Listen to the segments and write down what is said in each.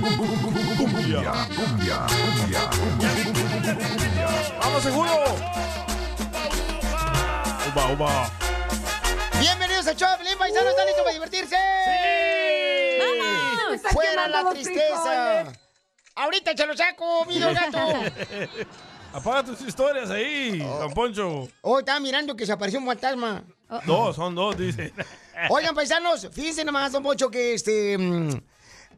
Cumbia, cumbia, cumbia, cumbia. ¡Vamos, seguro! ¡Uba, uba! Bienvenidos al show, Pelín Paisano, ¿están listos para divertirse? ¡Sí! ¡Vamos! Me estás ¡Fuera quemando la los tristeza! frijoles. ¡Ahorita se lo saco, video gato! Apaga tus historias ahí, Don Poncho. Hoy Oh, estaba mirando que se apareció un fantasma. Dos, son dos, dice. Oigan, paisanos, fíjense nomás, don Pocho, que este. mm,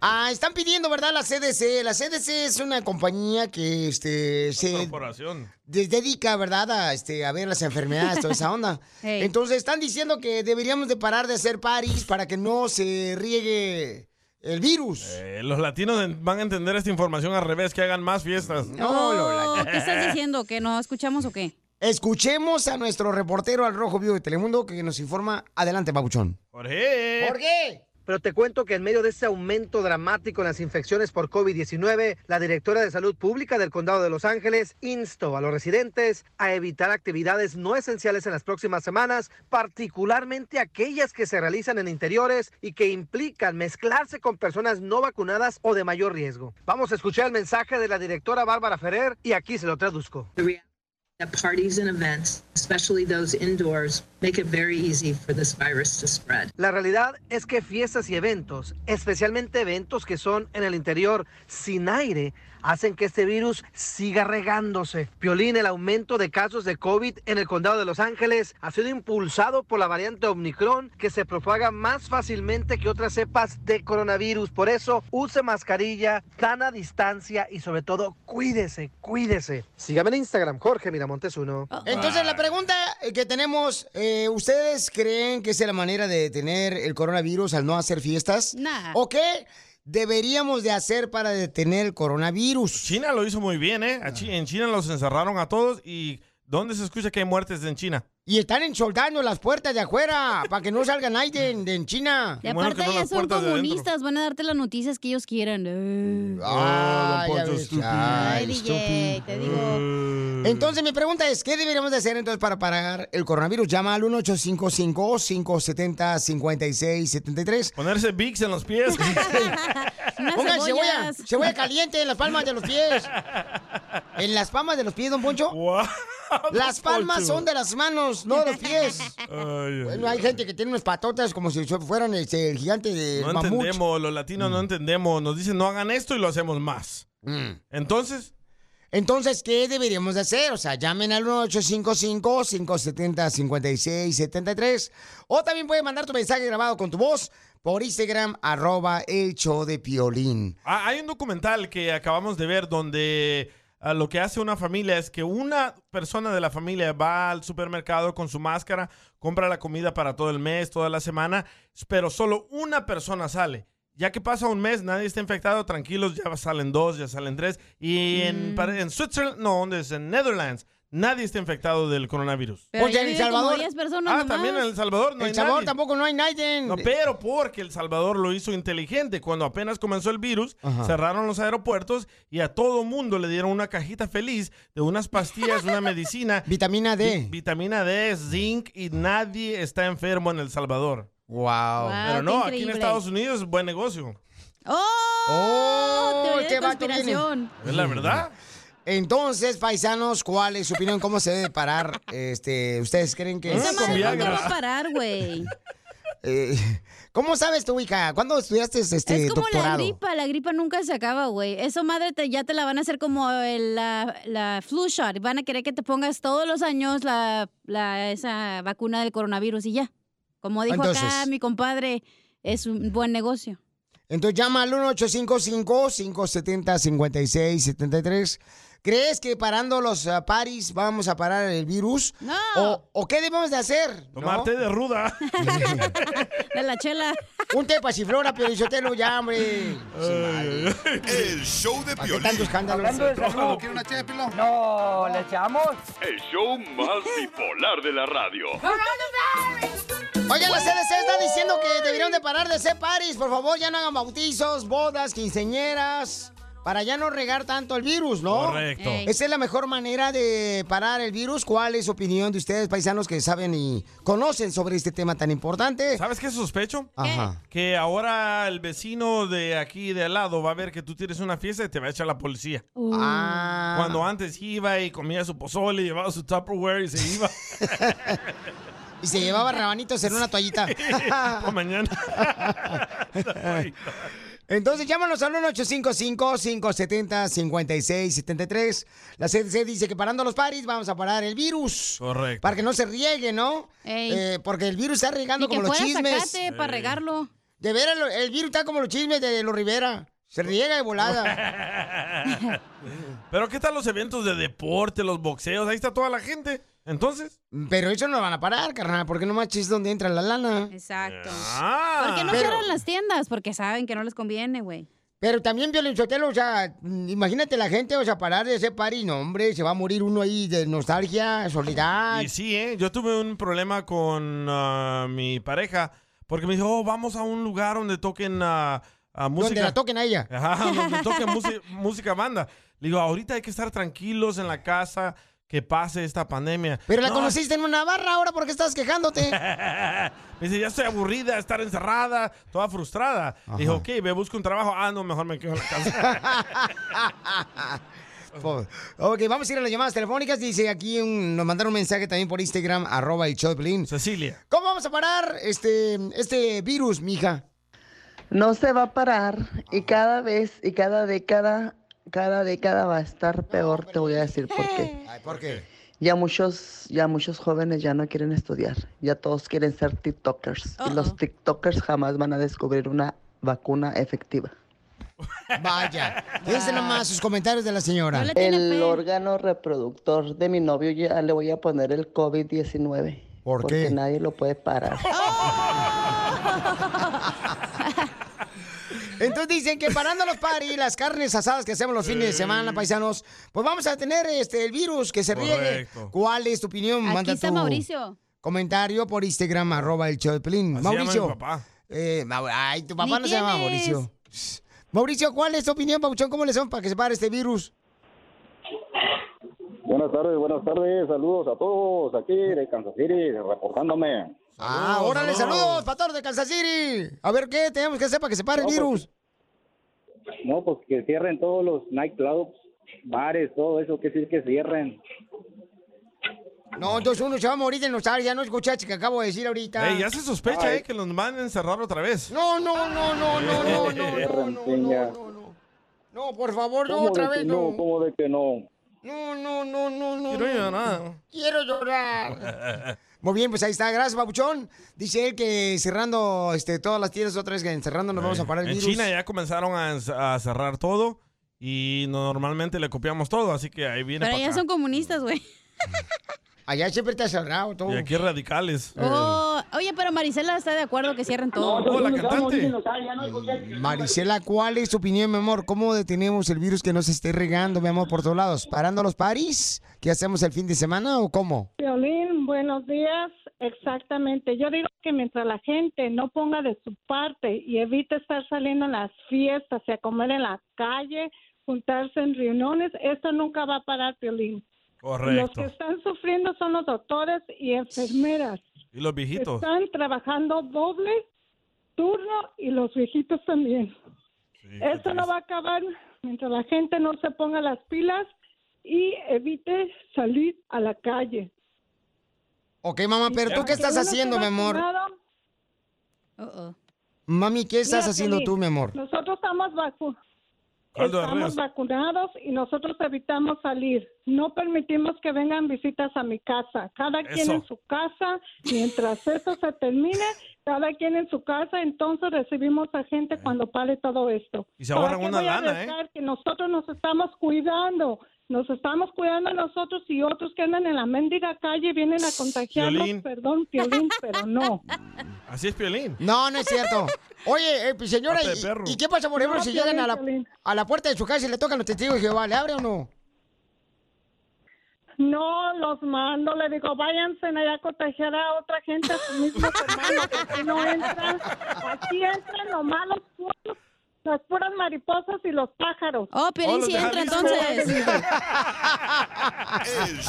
ah, están pidiendo, ¿verdad? La CDC. La CDC es una compañía que este, se Corporación. de- dedica, ¿verdad? A, este, a ver las enfermedades, toda esa onda. Hey. Entonces están diciendo que deberíamos de parar de hacer paris para que no se riegue el virus. Eh, los latinos en- van a entender esta información al revés, que hagan más fiestas. No, Lola. ¿Qué estás diciendo? ¿Que no escuchamos o qué? Escuchemos a nuestro reportero al Rojo Vivo de Telemundo que nos informa. Adelante, Pabuchón. Jorge. qué? Pero te cuento que en medio de ese aumento dramático en las infecciones por COVID-19, la directora de Salud Pública del Condado de Los Ángeles instó a los residentes a evitar actividades no esenciales en las próximas semanas, particularmente aquellas que se realizan en interiores y que implican mezclarse con personas no vacunadas o de mayor riesgo. Vamos a escuchar el mensaje de la directora Bárbara Ferrer y aquí se lo traduzco. The reality that parties and events, especially those indoors, make it very easy for this virus to spread. La realidad es que fiestas y eventos, especialmente eventos que son en el interior sin aire, hacen que este virus siga regándose. Piolín, el aumento de casos de COVID en el condado de Los Ángeles ha sido impulsado por la variante Omicron que se propaga más fácilmente que otras cepas de coronavirus. Por eso, use mascarilla, sana distancia y sobre todo, cuídese, cuídese. Sígame en Instagram, Jorge Miramontes 1. Entonces, Ah. la pregunta eh, que tenemos, eh, ¿ustedes creen que es la manera de detener el coronavirus al no hacer fiestas? Nah. ¿O qué deberíamos de hacer para detener el coronavirus? China lo hizo muy bien, ¿eh? A Chi- En China los encerraron a todos y ¿dónde se escucha que hay muertes en China? Y están ensoldando las puertas de afuera para que no salga nadie de, de en China. Y Qué bueno aparte que no ya las son puertas de adentro. comunistas, van a darte las noticias que ellos quieran. Eh. Ah, Oh, don ya Poncho, ves. estúpido. Ay, Ay, DJ, te digo. Eh, Entonces, mi pregunta es, ¿qué deberíamos de hacer entonces para parar el coronavirus? Llama al 1855-570-5673. Ponerse Vicks en los pies. Unas Pongan cebolla, cebollas. cebolla caliente en las palmas de los pies. En las palmas de los pies, don Poncho. Wow, Las Don palmas Poncho. son de las manos, no de los pies. Ay, ay. Bueno, hay gente que tiene unas patotas como si fueran este, el gigante de No mamut. entendemos, los latinos no entendemos. Nos dicen no hagan esto y lo hacemos más. Mm. Entonces, Entonces, ¿qué deberíamos de hacer? O sea, llamen al 1855-570-5673. O también pueden mandar tu mensaje grabado con tu voz por Instagram, arroba el show de Piolín. ha- Ah, hay un documental que acabamos de ver donde ah, lo que hace una familia es que una persona de la familia va al supermercado con su máscara, compra la comida para todo el mes, toda la semana, pero solo una persona sale. Ya que pasa un mes, nadie está infectado, tranquilos, ya salen dos, ya salen tres. Y Mm. en, pare- en Switzerland, no, ¿dónde es? En Netherlands, nadie está infectado del coronavirus. Pero Oye, ya Pues en viven como Salvador. 10 personas Ah, nomás. también en El Salvador no hay el sabor nadie. tampoco no hay nadie. No, pero porque El Salvador lo hizo inteligente. Cuando apenas comenzó el virus, Ajá. cerraron los aeropuertos y a todo mundo le dieron una cajita feliz de unas pastillas, una medicina, Vitamina D. vi- vitamina D, zinc y nadie está enfermo en El Salvador. wow. Wow, Pero qué no, aquí en increíble. Estados Unidos es buen negocio. ¡Oh! Oh, teoría qué de vato tiene. conspiración. Es la verdad. Entonces, paisanos, ¿cuál es su opinión? ¿Cómo se debe parar? Este, ¿Ustedes creen que Esa Esa es- con madre nunca Viagra. va a parar, güey. eh, ¿Cómo sabes tú, hija? ¿Cuándo estudiaste este es como la doctorado? gripa, la gripa nunca se acaba, güey. Eso, madre, te- ya te la van a hacer como el, la, la flu shot. Van a querer que te pongas todos los años la, la- esa vacuna del coronavirus y ya. Como dijo acá Entonces- mi compadre, es un buen negocio. Entonces llama al 1-855-570-5673. ¿Crees que parando los ah, paris vamos a parar el virus? No. ¿O, o qué debemos de hacer? ¿No? Tomarte de ruda. De la chela. Un té pasiflora, pero yo te lo hombre. El show de ¿Para qué Piolín. tanto escándalo? salud. ¿Quiere una ché, Pilón? No, ¿le echamos? El show más bipolar de la radio. Oigan, la CDC está diciendo que deberían de parar de ser paris. Por favor, ya no hagan bautizos, bodas, quinceñeras. Para ya no regar tanto el virus, ¿no? Correcto. Ey. Esa es la mejor manera de parar el virus. ¿Cuál es su opinión de ustedes, paisanos, que saben y conocen sobre este tema tan importante? Ah. ¿Sabes qué sospecho? Ajá. Que ahora el vecino de aquí de al lado va a ver que tú tienes una fiesta y te va a echar la policía. Uh. Ah. Cuando antes iba y comía su pozole, llevaba su Tupperware y se iba Y se llevaba rabanitos en una toallita. por mañana. Entonces llámanos al 1-855-570-5673. La CDC dice que parando los paris vamos a parar el virus. Correcto. Para que no se riegue, ¿no? Ey. Eh, porque el virus está regando Ni que como los fuera chismes. zacate para regarlo. De veras, lo- el virus está como los chismes de los Rivera. Se riega de volada. Pero ¿qué tal los eventos de deporte, los boxeos? Ahí está toda la gente. Entonces. Pero eso no lo van a parar, carnal, porque no manches donde entra la lana. Exacto. Ah. ¿Por qué no Pero- cierran las tiendas? Porque saben que no les conviene, güey. Pero también, Violín Sotelo, o sea, mm, imagínate la gente, o sea, parar de ese party, no, hombre, se va a morir uno ahí de nostalgia, soledad. Y sí, ¿eh? Yo tuve un problema con ah, mi pareja porque me dijo, "Oh, vamos a un lugar donde toquen ah, ah, Donde música. la toquen a ella. Ajá, donde toquen musi- música banda. Le digo, ahorita hay que estar tranquilos en la casa, que pase esta pandemia. Pero la No, conociste en una barra, ahora por qué estás quejándote. Me dice, ya estoy aburrida de estar encerrada, toda frustrada. Le dije, ok, me busco un trabajo. Ah, no, mejor me quedo en la casa. Por- Oh. ok, vamos a ir a las llamadas telefónicas. Dice aquí, un- nos mandaron un mensaje también por Instagram, arroba el show de Piolín. Cecilia. ¿Cómo vamos a parar este, este virus, mija? No se va a parar y cada vez y cada década, cada década va a estar peor, te voy a decir por qué. Ay, ¿por qué? Ya muchos, ya muchos jóvenes ya no quieren estudiar, ya todos quieren ser TikTokers y Uh-oh. los TikTokers jamás van a descubrir una vacuna efectiva. Vaya, fíjense nomás sus comentarios de la No señora. le tiene El fe. órgano reproductor de mi novio ya le voy a poner el COVID-19. ¿Por porque qué? nadie lo puede parar. Entonces dicen que parando los paris, las carnes asadas que hacemos los fines de semana, paisanos, pues vamos a tener este el virus que se riegue. Correcto. ¿Cuál es tu opinión? Aquí Manda está tu Mauricio. comentario por Instagram, arroba el show de Piolín. Así Mauricio. llama mi papá. eh, Mau- ay, tu papá Ni no se llama tienes. Mauricio. Mauricio, ¿cuál es tu opinión, Pauchón? ¿Cómo le son para que se pare este virus? Buenas tardes, buenas tardes, saludos a todos aquí de Kansas City, reportándome. Ah, Oh, órale, saludos, Pator de Kansas City. A ver qué tenemos que hacer para que se pare el No, pues, virus. No, pues que cierren todos los nightclubs, bares, todo eso, que sí que cierren. No, entonces uno se va a morir de nostalgia. No escuchaste que acabo de decir ahorita. Ey, ya se sospecha Ay. eh, que los van a encerrar otra vez. No, no, no, no, no, no, no, no, no, Cierren, no, piña. no, no. No, por favor, no, ¿Cómo otra de que vez no? no. ¿Cómo de que no? No, no, no, no, no. Quiero llorar. Quiero llorar. Muy bien, pues ahí está. Gracias, Babuchón. Dice él que cerrando este, todas las tiendas otra vez, que encerrando nos vamos a parar el En virus. China ya comenzaron a, ens- a cerrar todo y normalmente le copiamos todo, así que ahí viene Pero pa' ya acá. son comunistas, güey. Allá siempre te ha cerrado todo. Y aquí radicales. Eh, Oh, oye, pero Marisela está de acuerdo que cierren todo. Oh, la cantante. Mm. Marisela, ¿cuál es tu opinión, mi amor? ¿Cómo detenemos el virus que no se esté regando, mi amor, por todos lados? ¿Parando los paris? ¿Qué hacemos el fin de semana o cómo? Violín, buenos días. Exactamente. Yo digo que mientras la gente no ponga de su parte y evite estar saliendo a las fiestas y a comer en la calle, juntarse en reuniones, esto nunca va a parar, Violín. Los que Correcto. están sufriendo son los doctores y enfermeras. Y los viejitos. Están trabajando doble turno y los viejitos también. Sí, qué Esto no triste. va a acabar mientras la gente no se ponga las pilas y evite salir a la calle. Ok, mamá, pero ¿tú qué estás haciendo, mi amor? Mami, ¿qué estás Mira, haciendo Piolín, tú, mi amor? Nosotros estamos, vacu- Caldo de estamos res. vacunados y nosotros evitamos salir. No permitimos que vengan visitas a mi casa. Cada quien Eso. en su casa. Mientras eso se termine, cada quien en su casa. Entonces recibimos a gente cuando pare todo esto. Eh. Y se ahorran ¿Para qué una voy a lana, ¿eh? arriesgar Que nosotros nos estamos cuidando. Nos estamos cuidando nosotros y otros que andan en la mendiga calle vienen a contagiarnos. Piolín. Perdón, Piolín, pero no. Así es Piolín. No, no es cierto. Oye, eh, pues, señora, Pata de ¿y, perro. y qué pasa, por ejemplo, No, si llegan a la, Piolín. a la puerta de su casa y le tocan los testigos de Jehová? ¿Le abre o no? No, los mando, le digo, váyanse allá a contagiar a otra gente, a sus mismos hermanos, que aquí no entran, aquí entran nomás los puros, las puras mariposas y los pájaros. Oh, Piolín Oh, los sí de entra, Jalisco. entonces.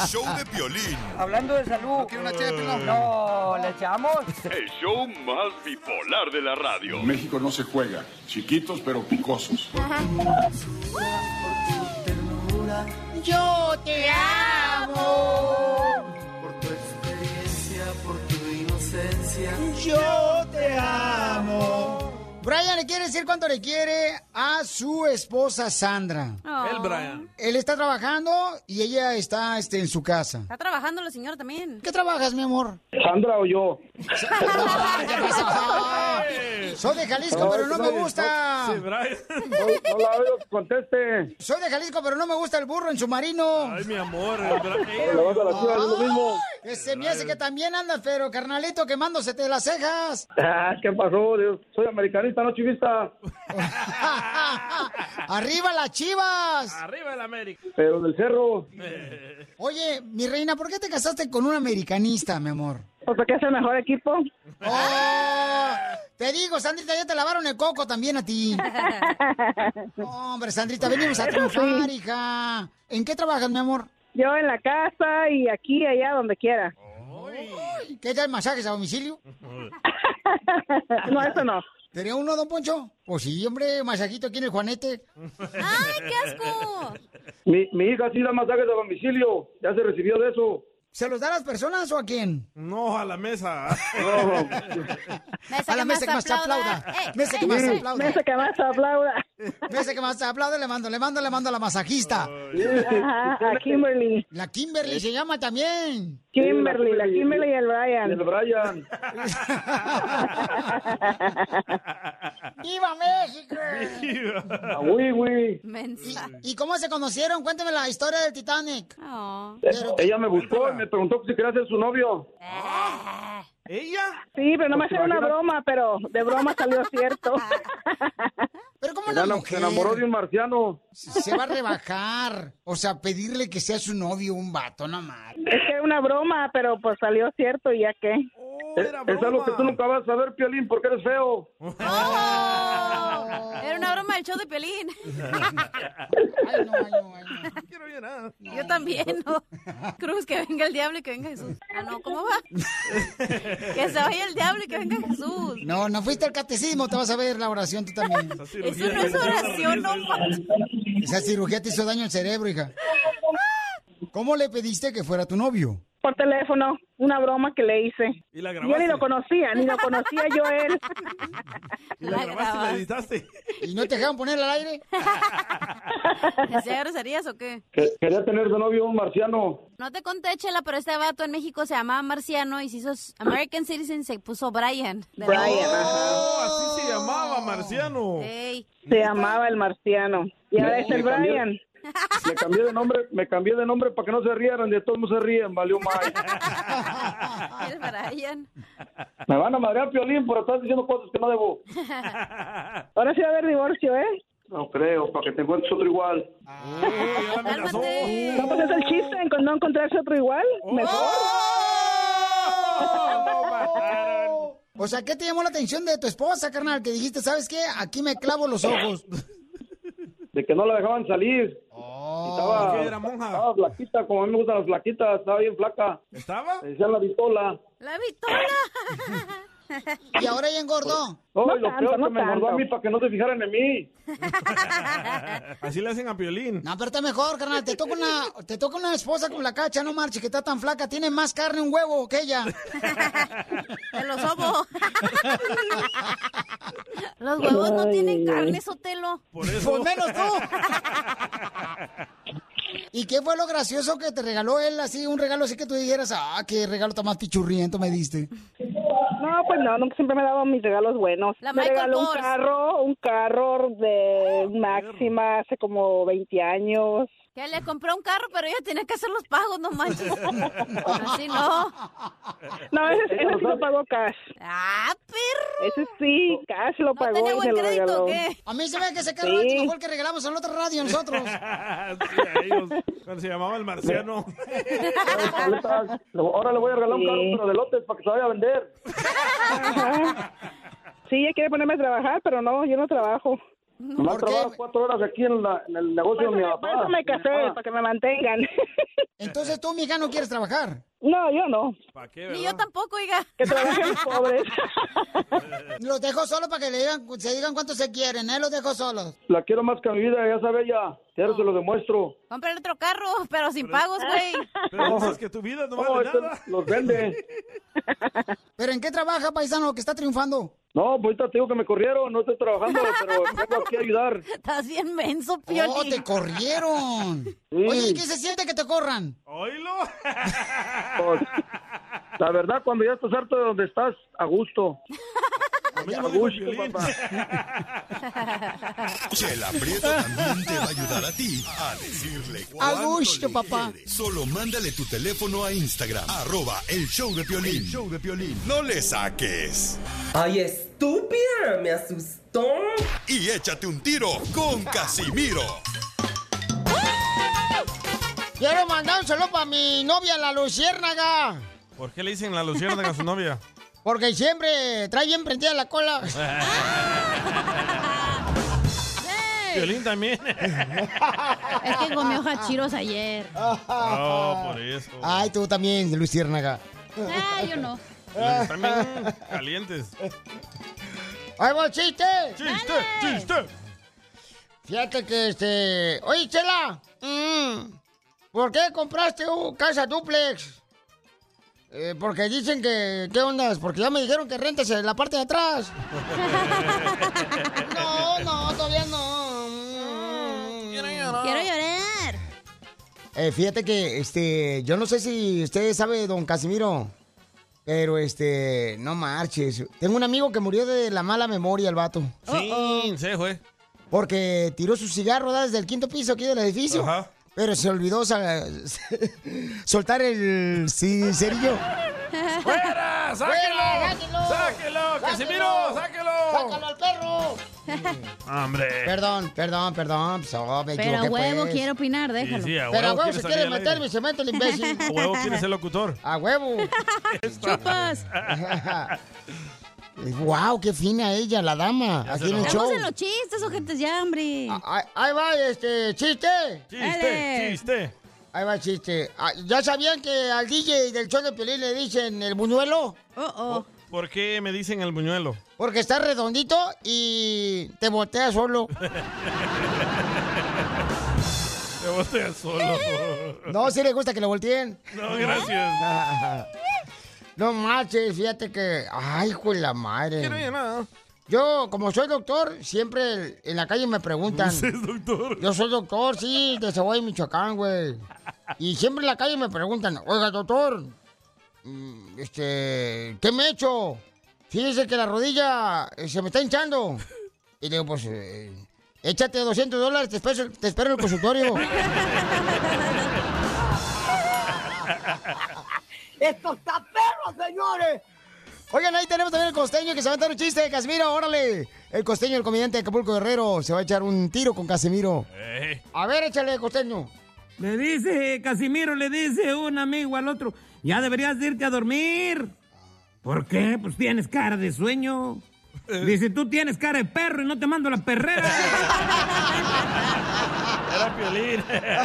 El show de violín. Hablando de salud. ¿No quiere una ché de pilón? No, ¿le echamos? El show más bipolar de la radio. México no se juega. Chiquitos pero picosos. Yo te amo. por tu inocencia. Yo te amo. Brian le quiere decir cuánto le quiere a su esposa Sandra. El Brian. Él está trabajando y ella está este, en su casa. Está trabajando la señora también. ¿Qué trabajas, mi amor? ¿Sandra o yo? Soy de Jalisco, No, pero no no, me no, gusta. sí, No la oigo, conteste. Soy de Jalisco, pero no me gusta el burro en su marino. Ay, mi amor, el bra- Le vas a las chivas, es lo mismo. Que se me hace que también andas, pero carnalito, quemándosete las cejas. Ah, ¿Qué pasó? Yo soy americanista, no chivista. ¡Arriba las chivas! Ah. Arriba el América. Pero del cerro. Oye, mi reina, ¿por qué te casaste con un americanista, mi amor? Pues Porque es el mejor equipo. ¡Oh! Te digo, Sandrita, ya te lavaron el coco también a ti. Hombre, Sandrita, venimos a Eso triunfar, sí. hija. ¿En qué trabajas, mi amor? Yo en la casa y aquí, allá, donde quiera. Uy, ¿Qué tal masajes a domicilio? No, eso no. ¿Tenía uno, don Poncho? Pues sí, hombre, masajito aquí en el Juanete. ¡Ay, qué asco! Mi, mi hija sí da masajes a domicilio. Ya se recibió de eso. ¿Se los da a las personas o a quién? No, a la mesa. a la mesa que más aplauda. Ah, Eh, eh, Mesa que ey, más ey. aplauda. Mesa que más aplauda. Mesa que más aplauda, le mando, le mando, le mando a la masajista. Ajá, a Kimberly. La Kimberly se llama también. Kimberly, la Kimberly y el Brian. El Brian. ¡Viva México! Ah, oui, oui. ¿Y, y cómo se conocieron? Cuéntame la historia del Titanic. Eh, Ella me buscó y me preguntó si quería ser su novio. Ah. ¿Ella? Sí, pero no me era una Imagínate. broma, pero de broma salió cierto. Ah. Se ena- se enamoró de un marciano. Se va a rebajar. O sea, pedirle que sea su novio un vato, no mal. Es que era una broma, pero pues salió cierto y ya qué. Es, es algo que tú nunca vas a saber, Piolín, porque eres feo. Ah. Oh. Era una broma del show de Pelín. Yo también, ¿no? Cruz, que venga el diablo y que venga Jesús. Ah, no, ¿cómo va? Que se vaya el diablo y que venga Jesús. No, no fuiste al catecismo, te vas a ver la oración tú también. Eso no es oración, no manches. Esa cirugía te hizo daño al cerebro, hija. ¿Cómo le pediste que fuera tu novio? Por teléfono, una broma que le hice. ¿Y la yo ni lo conocía, ni lo conocía yo a él. ¿Y la grabaste y la editaste? ¿Y no te dejaron poner al aire? ¿Hacía groserías o qué? Que- quería tener de novio un marciano. No te conté, Chela, pero este vato en México se llamaba Marciano y se hizo American Citizen, se puso Brian. De la- Oh, así se llamaba, Marciano. Ey. Se llamaba el marciano. Y ahora es el Me cambié- Brian. Me cambié de nombre, me cambié de nombre para que no se rieran, de todos no se ríen, valió más. El Brian. Me van a madrear Piolín por estar diciendo cosas que no debo. Ahora sí va a haber divorcio, ¿eh? No creo, para que te encuentres otro igual. ¿No pues es el chiste en con no encontrarse otro igual? O sea, ¿qué te llamó la atención de tu esposa, carnal? Que dijiste, ¿sabes qué? Aquí me clavo los ojos. De que no la dejaban salir. Oh. ¿Por estaba, qué era monja? estaba flaquita, como a mí me gustan las flaquitas, estaba bien flaca. ¿Estaba? Le decían la vitola. ¡La Vitola! Y ahora ya engordó. No, y Oh, lo peor que me engordó a mí para que no se fijaran en mí. Así le hacen a Piolín. No, pero está mejor, carnal. Te toca una, te toca una esposa con la cacha, no marches, que está tan flaca. Tiene más carne un huevo que ella. Te los sobo. Los huevos no tienen carne, Sotelo. Por Pues menos tú. ¿Y qué fue lo gracioso que te regaló él así, un regalo así que tú dijeras, ah, qué regalo tan más pichurriento me diste? No, pues no, nunca siempre me daban mis regalos buenos. La me Michael regaló un Kors. carro, un carro de máxima hace como 20 años. Que le compró un carro, pero ella tenía que hacer los pagos, no manches. Pues Así no. No, ese, ese sí lo pagó cash. Ah, perro. Ese sí, cash lo pagó y me lo regaló. A mí se ve que ese carro es Sí. el mejor que regalamos en la otra radio nosotros. Cuando se llamaba el marciano. Ahora le voy a regalar un carro, pero de lotes para que se vaya a vender. Sí, ella quiere ponerme a trabajar, pero no, yo no trabajo. Nomás trabajo cuatro horas aquí en, la- en el negocio de mi Pásame- papá. pásame café para que me mantengan. Entonces tú, mija, no quieres trabajar. No, yo no. Ni yo tampoco, oiga. Que trabajen los pobres. Los dejo solos para que le digan, se digan cuánto se quieren, ¿eh? Los dejo solos. La quiero más que a mi vida, ya sabe ella. Y ahora se Ah. lo demuestro. Comprar otro carro, pero sin pagos, güey. Pero dices que tu vida no No, vale este nada. los vende. ¿Pero en qué trabaja, paisano, que está triunfando? No, pues ahorita te digo que me corrieron, no estoy trabajando, pero tengo aquí a ayudar. Estás bien menso, Piolín. Oh, te corrieron. Sí. Oye, ¿y ¿qué se siente que te corran? Oílo. Pues, la verdad, cuando ya estás harto de donde estás, a gusto. A gusto, papá. Chela Prieto también te va a ayudar a ti a decirle cuánto A gusto, le papá. quieres. Solo mándale tu teléfono a Instagram, arroba el show de Piolín. El show de Piolín. No le saques. Ay, estúpida, me asustó. Y échate un tiro con Casimiro. Quiero mandar un saludo para mi novia, la luciérnaga. ¿Por qué le dicen la luciérnaga a su novia? Porque siempre trae bien prendida la cola. Violín también. Es que comió hachiros ayer. Oh, por eso. Ay, tú también, luciérnaga. Ah, yo no. Están bien calientes. ¡Ahí va el chiste! ¡Chiste, chiste! Fíjate que este... Oye, Chela. mm, ¿Por qué compraste un casa duplex? Eh, porque dicen que... ¿Qué ondas? Porque ya me dijeron que rentas en la parte de atrás. No, no, todavía no. Quiero llorar. Quiero llorar. Eh, fíjate que, este, yo no sé si usted sabe, don Casimiro, pero este, no marches. Tengo un amigo que murió de la mala memoria, el vato. Sí, se fue. Porque tiró su cigarro ¿verdad? desde el quinto piso aquí del edificio. Ajá. Pero se olvidó sa- soltar el cincerillo. ¡Fuera! ¡Sáquelo! ¡Sáquelo! ¡Casimiro! ¡Sáquelo! ¡Sácalo al perro! Ah, ¡Hombre! Perdón, perdón, perdón. pues, oh, me Pero a equivoqué, huevo pues. quiere opinar, déjalo. sí, a Pero a huevo huevo quiere se salir quiere al meter aire. mi cemento el imbécil. A huevo quiere ser locutor. A huevo. Chupas. wow, qué fina ella, la dama. Aquí en el show. Estamos en los chistes, ojetes, ya, hombre. Ahí- Ahí va, este, chiste. Dale. chiste. Ahí va, chiste. Ah, ¿Ya sabían que al DJ del show de Piolín le dicen el buñuelo? Oh, oh. ¿Por qué me dicen el buñuelo? Porque está redondito y te voltea solo. Te boté solo. No, si le gusta que lo volteen. No, gracias. No marches, fíjate que. Ay, con la madre. Quiero llamada. Yo, como soy doctor, siempre el- en la calle me preguntan. ¿Usted es doctor? Yo soy doctor, sí, de Cebuay, Michoacán, güey. Y siempre en la calle me preguntan, oiga, doctor, mm, este, ¿qué me he hecho? Fíjese que la rodilla eh, se me está hinchando. Y digo, pues, eh, échate 200 dólares, te espero, te espero en el consultorio. ¡Esto está perro, señores! Oigan, ahí tenemos también el costeño que se va a dar un chiste, Casimiro, órale. El costeño, el comediante de Acapulco Guerrero, se va a echar un tiro con Casimiro. A ver, échale, costeño. Le dice, Casimiro le dice un amigo al otro, ya deberías de irte a dormir. ¿Por qué? Pues tienes cara de sueño. Dice, tú tienes cara de perro y no te mando la perrera. Era Piolín.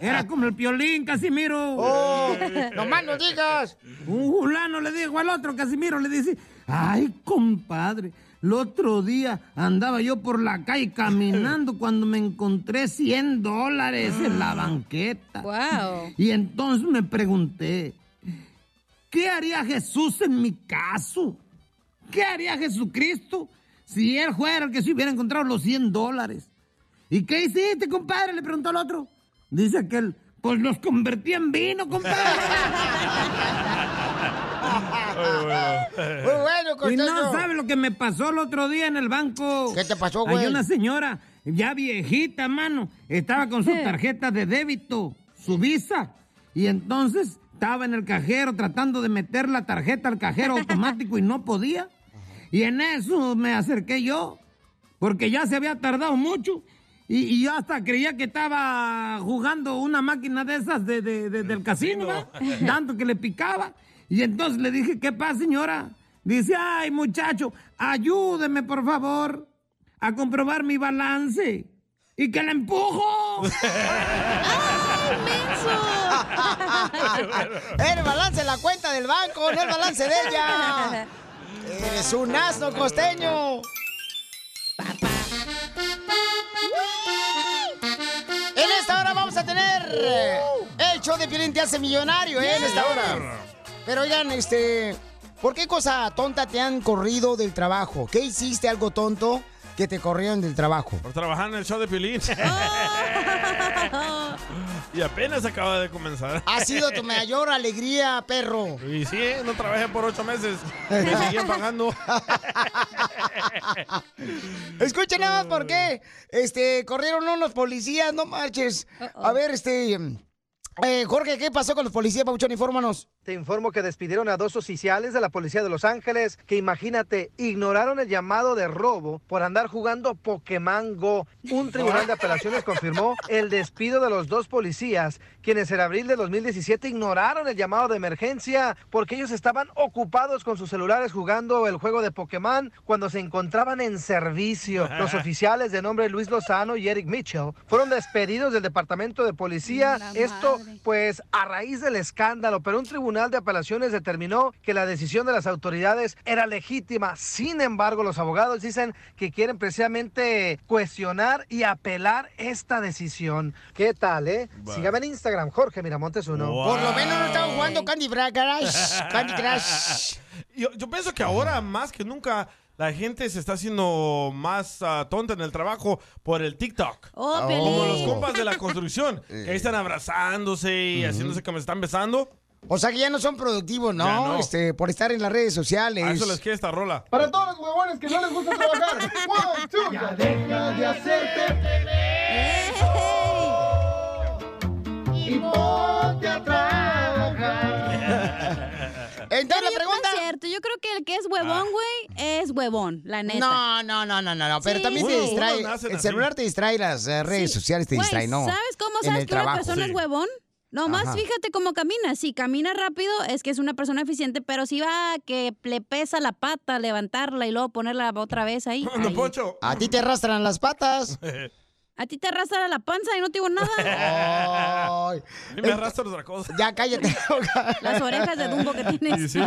Era como el Piolín, Casimiro. ¡Oh! ¡Nomás no digas! Un fulano le dijo al otro, Casimiro, le dice, ay, compadre, el otro día andaba yo por la calle caminando cuando me encontré 100 dólares en la banqueta. Wow. Y entonces me pregunté, ¿qué haría Jesús en mi caso? ¿Qué haría Jesucristo si él fuera el que se hubiera encontrado los 100 dólares? ¿Y qué hiciste, compadre? Le preguntó al otro. Dice aquel, pues los convertí en vino, compadre. Muy bueno, y Costeño. no sabe lo que me pasó el otro día en el banco. ¿Qué te pasó, güey? Hay una señora, ya viejita, mano, estaba con su tarjeta de débito, su visa, y entonces estaba en el cajero tratando de meter la tarjeta al cajero automático y no podía. Y en eso me acerqué yo, porque ya se había tardado mucho. Y, y yo hasta creía que estaba jugando una máquina de esas de- de- de- del casino, ¿verdad? tanto que le picaba. Y entonces le dije, ¿qué pasa, señora? Dice, ay, muchacho, ayúdeme, por favor, a comprobar mi balance. Y que la empujo. el balance de la cuenta del banco, no el balance de ella. Eres un asno costeño. En esta hora vamos a tener eh, el show de Piolín te hace millonario, ¿eh? En esta hora. Pero oigan, este, ¿por qué cosa tonta te han corrido del trabajo? ¿Qué hiciste algo tonto que te corrieron del trabajo? Por trabajar en el show de Piolín. y apenas acaba de comenzar. Ha sido tu mayor alegría, perro. Y sí, ¿eh? no trabajé por ocho meses. Me seguían pagando. Escucha nada más por qué. Este, corrieron unos policías, no marches. A ver, este. eh, Jorge, ¿qué pasó con los policías, Pauchón? Infórmanos. Te informo que despidieron a dos oficiales de la policía de Los Ángeles que, imagínate, ignoraron el llamado de robo por andar jugando Pokémon Go. Un tribunal de apelaciones confirmó el despido de los dos policías, quienes en abril de 2017 ignoraron el llamado de emergencia porque ellos estaban ocupados con sus celulares jugando el juego de Pokémon cuando se encontraban en servicio. Los oficiales de nombre Luis Lozano y Eric Mitchell fueron despedidos del departamento de policía. este La Esto pues a raíz del escándalo, pero un tribunal de apelaciones determinó que la decisión de las autoridades era legítima. Sin embargo, los abogados dicen que quieren precisamente cuestionar y apelar esta decisión. ¿Qué tal, eh? Sígame en Instagram, Jorge Miramontes uno. Por lo menos no estaban jugando Candy Bra- Crush. Candy Crush. Yo, yo pienso que ahora más que nunca la gente se está haciendo más ah, tonta en el trabajo por el TikTok. Ah, Oh, Piolín. Como los compas de la construcción, que ahí están abrazándose y haciéndose que me están besando. O sea que ya no son productivos, ¿no? Ya no. Este, por estar en las redes sociales. A eso les queda esta rola. Para todos los huevones que no les gusta trabajar. One, two. Ya deja de hacerte Y ponte a trabajar. Entonces la pregunta. Es cierto, yo creo que el que es huevón, güey, es huevón, la neta. No, no, no, no, no, no, pero también te distrae. El celular te distrae, las eh, redes sociales te Güey, distraen, ¿no? ¿Sabes cómo En sabes el que una trabajo. persona es huevón? Nomás Ajá. fíjate cómo camina. Si camina rápido, es que es una persona eficiente, pero si va que le pesa la pata, levantarla y luego ponerla otra vez ahí. ahí. A ti te arrastran las patas. A ti te arrastra la panza y no te digo nada. Ay. Y me arrastra otra cosa. Ya cállate. Las orejas de Dumbo que Y tienes. sí.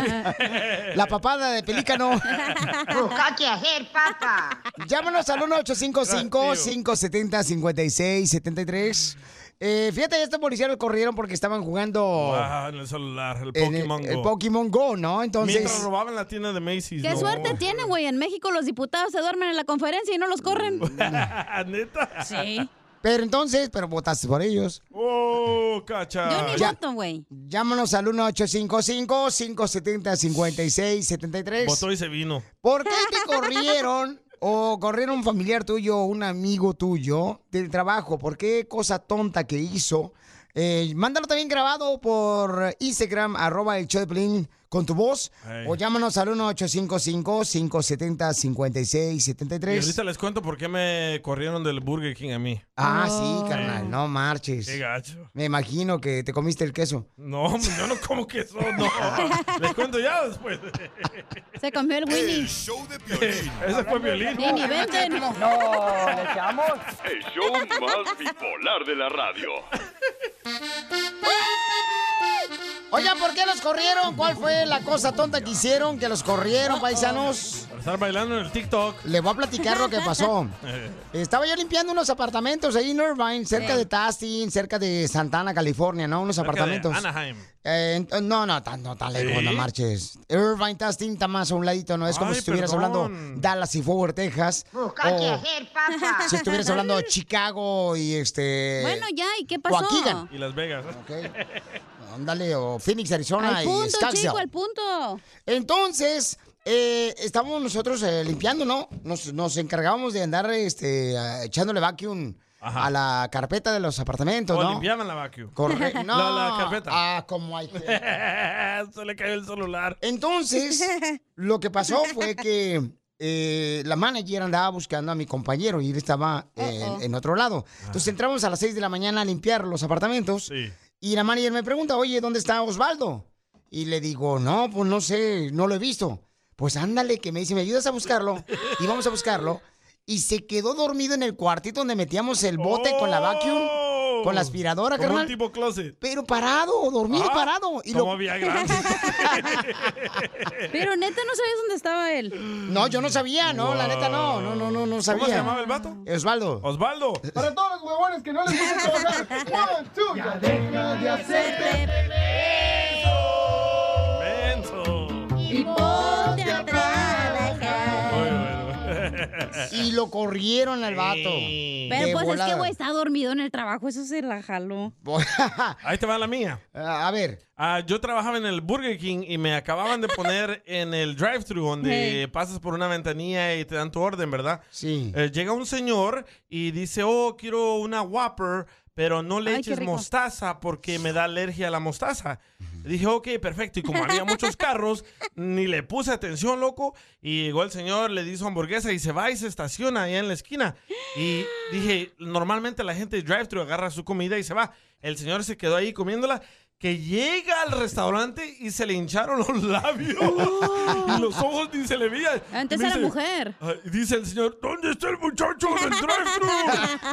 La papada de pelícano. Busca qué hacer, papá. Llámanos al 1855-570-5673. Eh, fíjate, estos policías los corrieron porque estaban jugando Ah, en el celular, el Oh. en Pokémon el, el Go. Pokémon Go, ¿no? Entonces, Mientras robaban la tienda de Macy's. Qué no. suerte tiene, güey. En México los diputados se duermen en la conferencia y no los corren. Ah, ¿Neta? Sí. pero entonces, pero votaste por ellos. Oh, cacha. Yo ni Ya. voto, güey. Llámanos al 1855-570-5673. Votó y se vino. ¿Por qué te corrieron o corrieron un familiar tuyo o un amigo tuyo del trabajo? ¿Por qué cosa tonta que hizo? Eh, mándalo también grabado por Instagram, arroba el show de Piolín, con tu voz. Hey. O llámanos al Y 1-855-570-5673. ahorita les cuento por qué me corrieron del Burger King a mí. Ah, sí, carnal, Eh, no marches. Qué gacho. Me imagino que te comiste el queso. No, hombre, yo no como queso, no. les cuento ya después. Se comió el Winnie. Ese fue violín. Ni, ni venden. No, le echamos. El show más bipolar de la radio. Oigan, ¿por qué los corrieron? ¿Cuál fue la cosa tonta que hicieron que los corrieron, paisanos? Para estar bailando en el TikTok. Le voy a platicar lo que pasó. Eh, Estaba yo limpiando unos apartamentos ahí en Irvine, cerca Sí. de Tustin, cerca de Santana, California, ¿no? Unos cerca de apartamentos. Anaheim. Eh, ent- no, no, tan, no tan lejos, ¿Sí? no marches. Irvine, Tustin, está más a un ladito, ¿no? Es como Ay, si estuvieras perdón. hablando Dallas y Forward, Texas. Buscaque o ayer, papá. si estuvieras hablando de Chicago y este... Bueno, ya, ¿y qué pasó? Waukegan. Y Las Vegas. Ándale, o Phoenix, Arizona al y punto, Scottsdale. chico, al punto. Entonces, eh, estábamos nosotros eh, limpiando, ¿no? Nos, nos encargábamos de andar este, eh, echándole vacuum a la carpeta de los apartamentos, O ¿no? limpiaban la vacuum. Correcto. No. La, la carpeta. Ah, como hay que... Se le cayó el celular. Entonces, lo que pasó fue que eh, la manager andaba buscando a mi compañero y él estaba eh, en- Uh-oh. Ah. en, otro lado. Entonces entramos a las 6 de la mañana a limpiar los apartamentos y la manager me pregunta, oye, ¿dónde está Osvaldo? Y le digo, no, pues no sé, no lo he visto. Pues ándale, que me dice, ¿me ayudas a buscarlo? Y vamos a buscarlo. Y se quedó dormido en el cuartito donde metíamos el bote con la vacuum, con la aspiradora, Oh. Como un carnal. tipo closet. Pero parado, dormido Ah, parado. Y como Viagra. Pero neta, no sabías dónde estaba él. No, yo no sabía, no, la neta no, no, no, no, no sabía. se llamaba el vato? Osvaldo. Osvaldo. Para todos los huevones que no les gusta trabajar. One, two, ya deja de hacerte Y ponte a trabajar. Y lo corrieron al vato. Pero De pues es que, volada. güey, está dormido en el trabajo, eso se la jaló. Ahí te va la mía. a ver. Ah, yo trabajaba en el Burger King y me acababan de poner en el drive-thru donde Hey. pasas por una ventanilla y te dan tu orden, ¿verdad? Eh, Sí. llega un señor y dice, oh, quiero una Whopper, pero no le Ay, qué eches rico. mostaza porque me da alergia a la mostaza. Y Dije, ok, perfecto. Y como había muchos carros, ni le puse atención, loco. Y llegó el señor, le hizo hamburguesa y se va y se estaciona allá en la esquina. Y dije, normalmente la gente de drive-thru agarra su comida y se va. El señor se quedó ahí comiéndola. Que llega al restaurante y se le hincharon los labios. y los ojos ni se le veían. Antes Y Ah, me era dice, mujer. "Ay", Ah, Dice el señor, ¿dónde está el muchacho del drive-thru?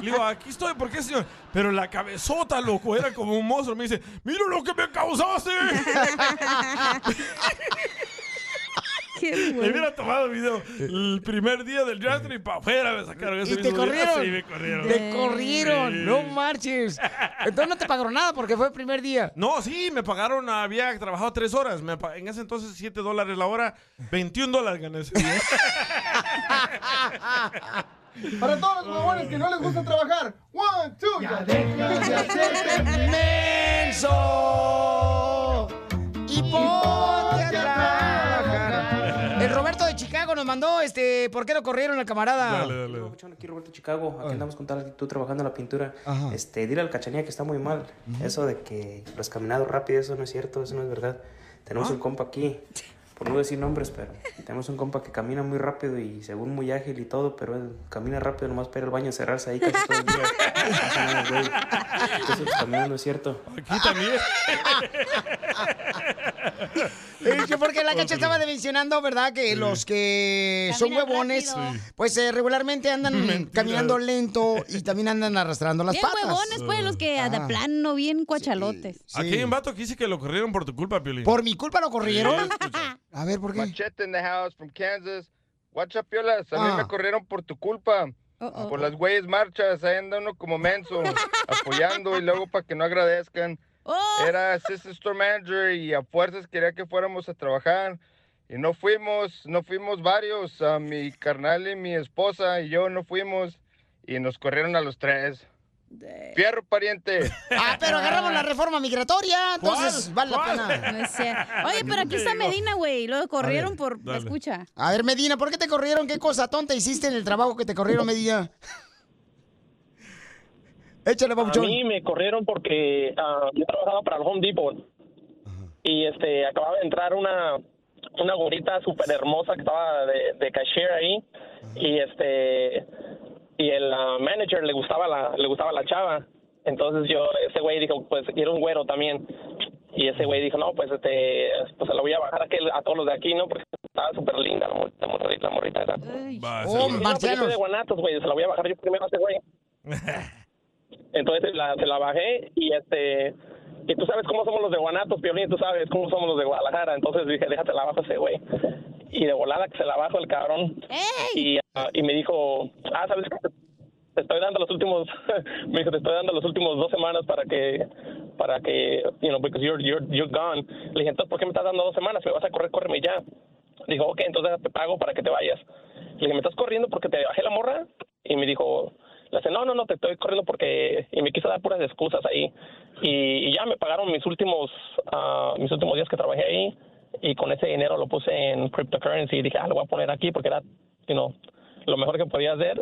Le digo, aquí estoy, ¿por qué, señor? Pero la cabezota, loco, era como un monstruo. Me dice, ¡mira lo que me causaste! Le hubiera tomado el video el primer día del drive-thru y para afuera me sacaron. ese Y te mismo día. corrieron. Sí, me corrieron. Te corrieron. Sí. No marches. Entonces no te pagaron nada porque fue el primer día. No, sí, me pagaron, había trabajado tres horas. Me pa- en ese entonces, 7 dólares la hora, 21 dólares gané ese día. Para todos los huevones que no les gusta trabajar. One, two, ya deja de hacerte menso. Y ponte a trabajar. El Roberto de Chicago nos mandó este, ¿por qué lo corrieron al camarada? Aquí Roberto Chicago, aquí andamos con tal actitud trabajando en la pintura. Este, dile al cachanía que está muy mal. Eso de que los caminados rápidos, eso no es cierto, eso no es verdad. Tenemos Ah. un compa aquí, por no decir nombres, pero tenemos un compa que camina muy rápido y según muy ágil y todo, pero él camina rápido nomás para ir al baño a cerrarse ahí casi todo el día. Casi nada, güey. Eso de caminar no es cierto. Aquí también. Eh, que porque la cacha estaba mencionando, ¿verdad? Que los que son huevones, pues eh, regularmente andan caminando lento y también andan arrastrando las Bien patas. huevones, pues, los que de Ah. plano, bien cuachalotes. Aquí hay un vato que dice que lo corrieron por tu culpa, Piolín. ¿Por mi culpa lo corrieron? A ver, ¿por qué? Machete in the house from Kansas. What's up, Piolas? A Ah. mí me corrieron por tu culpa. Uh-oh. Por las güeyes marchas, ahí anda uno como menso, apoyando y luego para que no agradezcan. Era assistant store manager y a fuerzas quería que fuéramos a trabajar. Y no fuimos, no fuimos varios. A mi carnal y mi esposa y yo no fuimos. Y nos corrieron a los tres. Fierro pariente. Ah, pero agarramos la reforma migratoria, entonces ¿Cuál? vale la pena. No es cierto. Oye, pero aquí está Medina, güey. Lo corrieron por la dale. escucha. A ver, Medina, ¿por qué te corrieron? ¿Qué cosa tonta hiciste en el trabajo que te corrieron, Medina? Échale, A papuchón. mí me corrieron porque ah, yo trabajaba para el Home Depot. y este acababa de entrar una una gorita súper hermosa que estaba de, de cashier ahí y este y el ah, manager le gustaba la le gustaba la chava entonces yo ese güey dijo pues y era un güero también y ese güey dijo no pues este pues se la voy a bajar a, aquel- a todos los de aquí no porque estaba súper linda la mor- la morrita la morrita esa. Ah, ese Oh, güey. Y dije, "No, pues, yo soy de Guanatos güey se la voy a bajar yo primero a ese güey entonces la, se la bajé y este y tú sabes cómo somos los de Guanatos, Piolín, tú sabes cómo somos los de Guadalajara. Entonces dije, déjate la bajo a ese güey. Y de volada que se la bajo el cabrón. Y, ah, y me dijo, ah, ¿sabes qué? Te estoy dando los últimos, me dijo, te estoy dando los últimos dos semanas para que, para que, you know, because you're, you're, you're gone. Le dije, entonces, ¿por qué me estás dando dos semanas? Me vas a correr, córreme ya. Dijo, ok, entonces te pago para que te vayas. Le dije, ¿me estás corriendo porque te bajé la morra? Y me dijo, le dice, no, no, no, te estoy corriendo porque... Y me quiso dar puras excusas ahí. Y, y ya me pagaron mis últimos, ah, mis últimos días que trabajé ahí. Y con ese dinero lo puse en cryptocurrency. Y dije, ah, lo voy a poner aquí porque era, you know, lo mejor que podía hacer.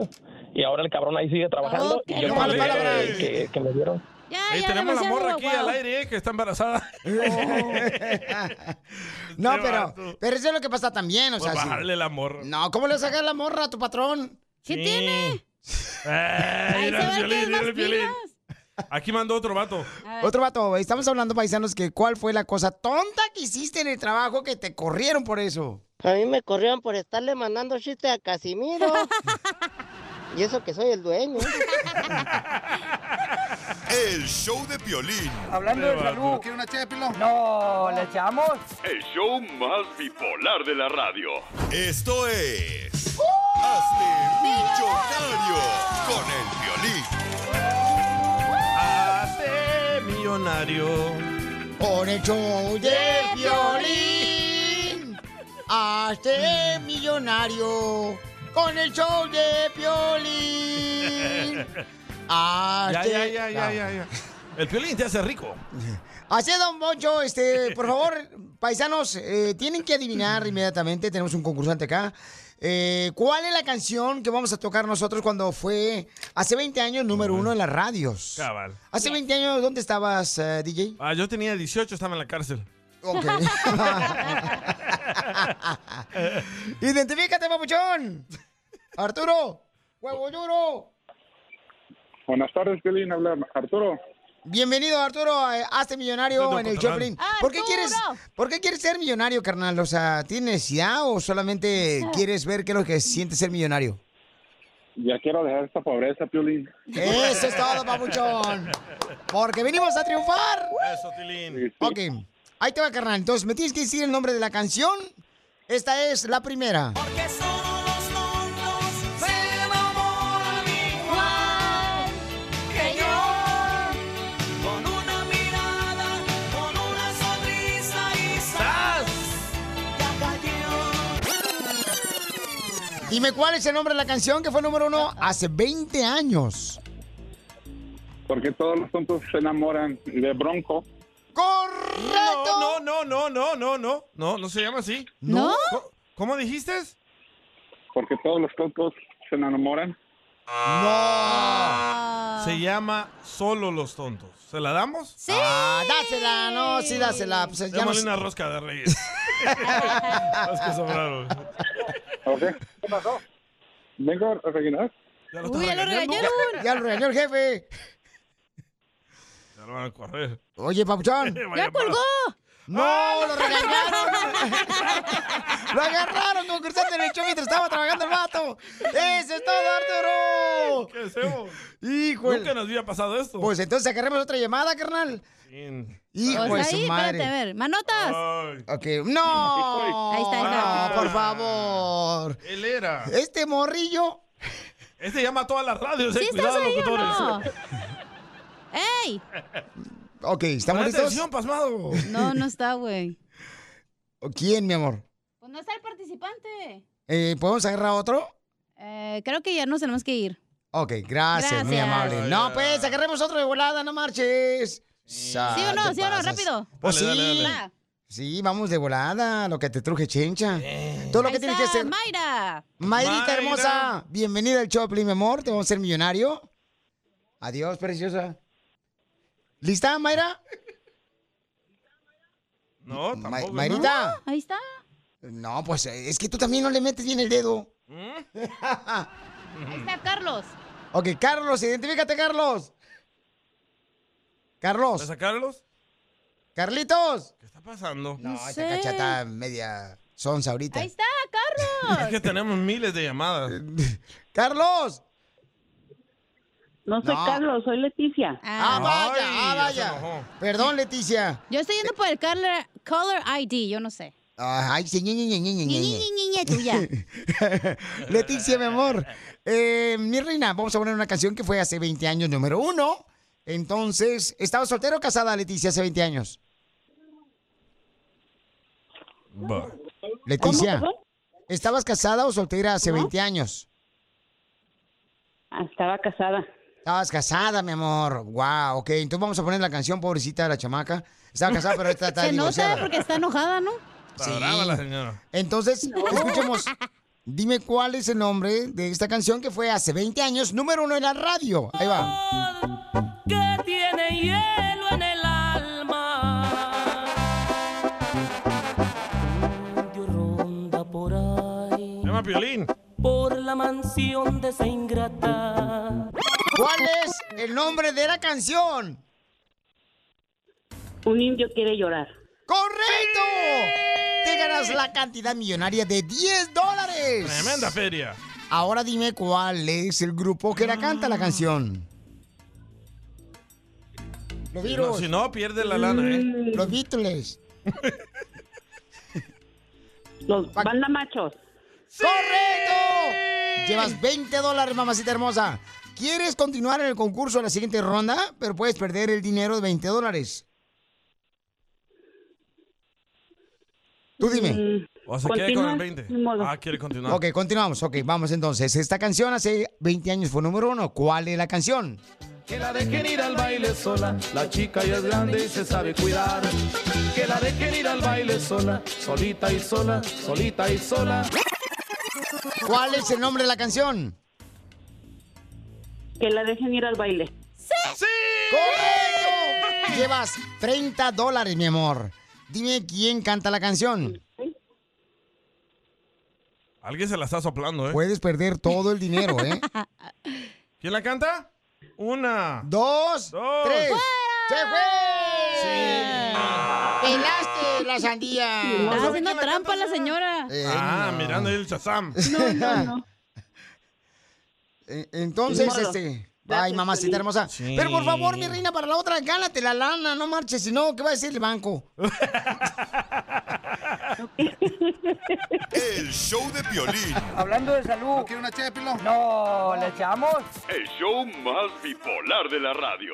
Y ahora el cabrón ahí sigue trabajando. y yo con el dinero que, que- que me dieron... Ahí tenemos la morra aquí al aire, eh, que está embarazada. No, Este pero, vato. Pues pero eso es lo que pasa también, o Por sea, sí. bajarle la morra. No, ¿cómo le vas a sacar la morra a tu patrón? ¿Qué tiene? Ahí se ve que es más Aquí mandó otro vato. Otro vato, estamos hablando, paisanos, que cuál fue la cosa tonta que hiciste en el trabajo que te corrieron por eso. A mí me corrieron por estarle mandando chistes a Casimiro. y eso que soy el dueño. El show de Piolín. Hablando de salud. ¿Quiere una ché de pilón? No, ¿le echamos? El show más bipolar de la radio. Esto es... Hazte millonario con el Piolín. Hazte millonario. Por el show de De violín. Hazte millonario con el show de violín. ya, Hazte... ya, ya, ya, ya, ya. El violín te hace rico. Así es, don Poncho, este, por favor, paisanos, eh, tienen que adivinar inmediatamente, tenemos un concursante acá, eh, cuál es la canción que vamos a tocar nosotros cuando fue hace 20 años número uno en las radios. Cabal. Hace 20 años, ¿dónde estabas, eh, DJ? Ah, yo tenía 18, estaba en la cárcel. Ok. Identifícate, papuchón. Arturo, huevo duro. Buenas tardes, Piolín. Habla Arturo. Bienvenido, Arturo, a Hazte Millonario Soy en el locutor. Joplin. ¿Por qué, quieres, ¿Por qué quieres ser millonario, carnal? O sea, ¿tienes necesidad o solamente quieres ver qué es lo que siente ser millonario? Ya quiero dejar esta pobreza, Piolín. Eso es todo, papuchón. Porque venimos a triunfar. Eso, Tilín. Ok, ahí te va, carnal. Entonces, me tienes que decir el nombre de la canción. Esta es la primera. Que solo los tontos se enamoran igual que yo. Con una mirada, con una sonrisa y ¡zas! Ya cayó. Dime cuál es el nombre de la canción que fue número uno hace 20 años. Porque todos los tontos se enamoran de Bronco. ¡Correcto! No, no, no, no, no, no. No, no se llama así. ¿No? ¿Cómo, cómo dijiste? Porque todos los tontos se enamoran. No. Ah. Se llama Solo los tontos. ¿Se la damos? Sí. Ah, dásela, no, sí, dásela. Pues, ya no Démosle sé. una rosca de reyes. Las que sobraron. ¿Qué pasó? Vengo a rellenar. Ya Uy, están ya lo regañando. regañaron. Ya lo regañó el jefe. Ya lo van a correr. Oye, papuchón. Vaya paz. ¡No, lo regañaron! ¡Lo agarraron como cruzante en el show mientras estaba trabajando el vato! ¡Eso es todo, Arturo! ¿Qué hacemos? Hijo Nunca nos había pasado esto. Pues entonces sacaremos otra llamada, carnal. Bien. Hijo Pues de ahí, su espérate, a madre. ver. ¡Manotas! Ok, no. Ahí está, ahí está. No, Ah, por favor. Él era. Este morrillo. Este llama a todas las radios. ¿Sí eh, estás cuidado, ahí o no? locutores. ¡Ey! Ok, ¿estamos Pon listos? atención, Ah, pasmado. No, no está, güey. ¿Quién, mi amor? Pues no está el participante. Eh, ¿Podemos agarrar otro? Eh, creo que ya nos tenemos que ir. Ok, gracias, muy Gracias. amable. Ay, No, ya. pues agarremos otro de volada, no marches. ¿Sí ¿Sí o no? ¿Sí o no? Rápido. Pues Dale, sí. dale, dale. Sí, vamos de volada, lo que te truje, chencha. Todo lo que Ahí tienes que está, hacer. Mayra. Mayrita hermosa, bienvenida al Choplin, mi amor. Te vamos a ser millonario. Adiós, preciosa. ¿Lista, Mayra? No, tampoco. Mayrita. Ah, Ahí está. No, pues eh, es que tú también no le metes bien el dedo. ¿Mm? Ahí está Carlos. Ok, Carlos, identifícate, Carlos. Carlos. ¿Vas a Carlos? Carlitos. ¿Qué está pasando? No, esta cacha está media sonsa ahorita. Ahí está, Carlos. Es que tenemos miles de llamadas. ¡Carlos! No soy No. Carlos, soy Leticia. Ah, vaya, ah, vaya. Perdón, Leticia. Yo estoy yendo por el color, color ID, yo no sé. Ah, Ay, sí, ñe, ñe, ñe, ñe, ñe, ñe, Ni, ñe. ni, ni, ni, tuya. Leticia, mi amor. Eh, mi reina, vamos a poner una canción que fue hace 20 años, número uno. Entonces, ¿estaba soltera o casada, Leticia, hace 20 años? Ah. Leticia, ¿Cómo, ¿estabas casada o soltera hace 20 años? Ah, Estaba casada. Estabas casada, mi amor. Wow, ok. Entonces vamos a poner la canción, pobrecita de la chamaca. Estaba casada, pero ahorita está Se nota ¿eh? divorciada. porque está enojada, ¿no? Está brava la señora. Entonces, escuchemos. Dime cuál es el nombre de esta canción que fue hace 20 años, número uno en la radio. Ahí va. Que tiene hielo en el alma. Llama a Piolín. Por la mansión de esa ingrata. ¿Cuál es el nombre de la canción? Un indio quiere llorar. ¡Correcto! Te ganas la cantidad millonaria de 10 dólares. Tremenda feria. Ahora dime cuál es el grupo que la canta la canción. Mm. Los Si no, Beatles. Mm. si no, pierde la lana, ¿eh? Los Beatles. Los banda machos. ¡Correcto! Llevas 20 dólares, mamacita hermosa. ¿Quieres continuar en el concurso a la siguiente ronda? Pero puedes perder el dinero de 20 dólares. Tú dime. Mm, O se queda con el 20. Ah, quiere continuar. Ok, continuamos. Ok, vamos entonces. Esta canción hace 20 años fue número uno. ¿Cuál es la canción? Que la dejen ir al baile sola, la chica ya es grande y se sabe cuidar. Que la dejen ir al baile sola, solita y sola, solita y sola. ¿Cuál es el nombre de la canción? Que la dejen ir al baile. ¡Sí! ¡Correcto! Llevas 30 dólares, mi amor. Dime quién canta la canción. Alguien se la está soplando, ¿eh? Puedes perder todo el dinero, ¿eh? ¿Quién la canta? Una. Dos. Dos. Tres. ¡Se fue! ¡Pelaste la sandía! Está haciendo trampa la señora. ah, mirando ahí el Shazam. No, no, no. Eh, Entonces, Ni modo. este. Ay, Gracias, mamacita Piolín. hermosa. Sí. Pero por favor, mi reina, para la otra, gánate la lana, no marches, si no, ¿qué va a decir el banco? El show de Piolín. Hablando de salud. ¿No quiere una ché de No, ¿le echamos? El show más bipolar de la radio.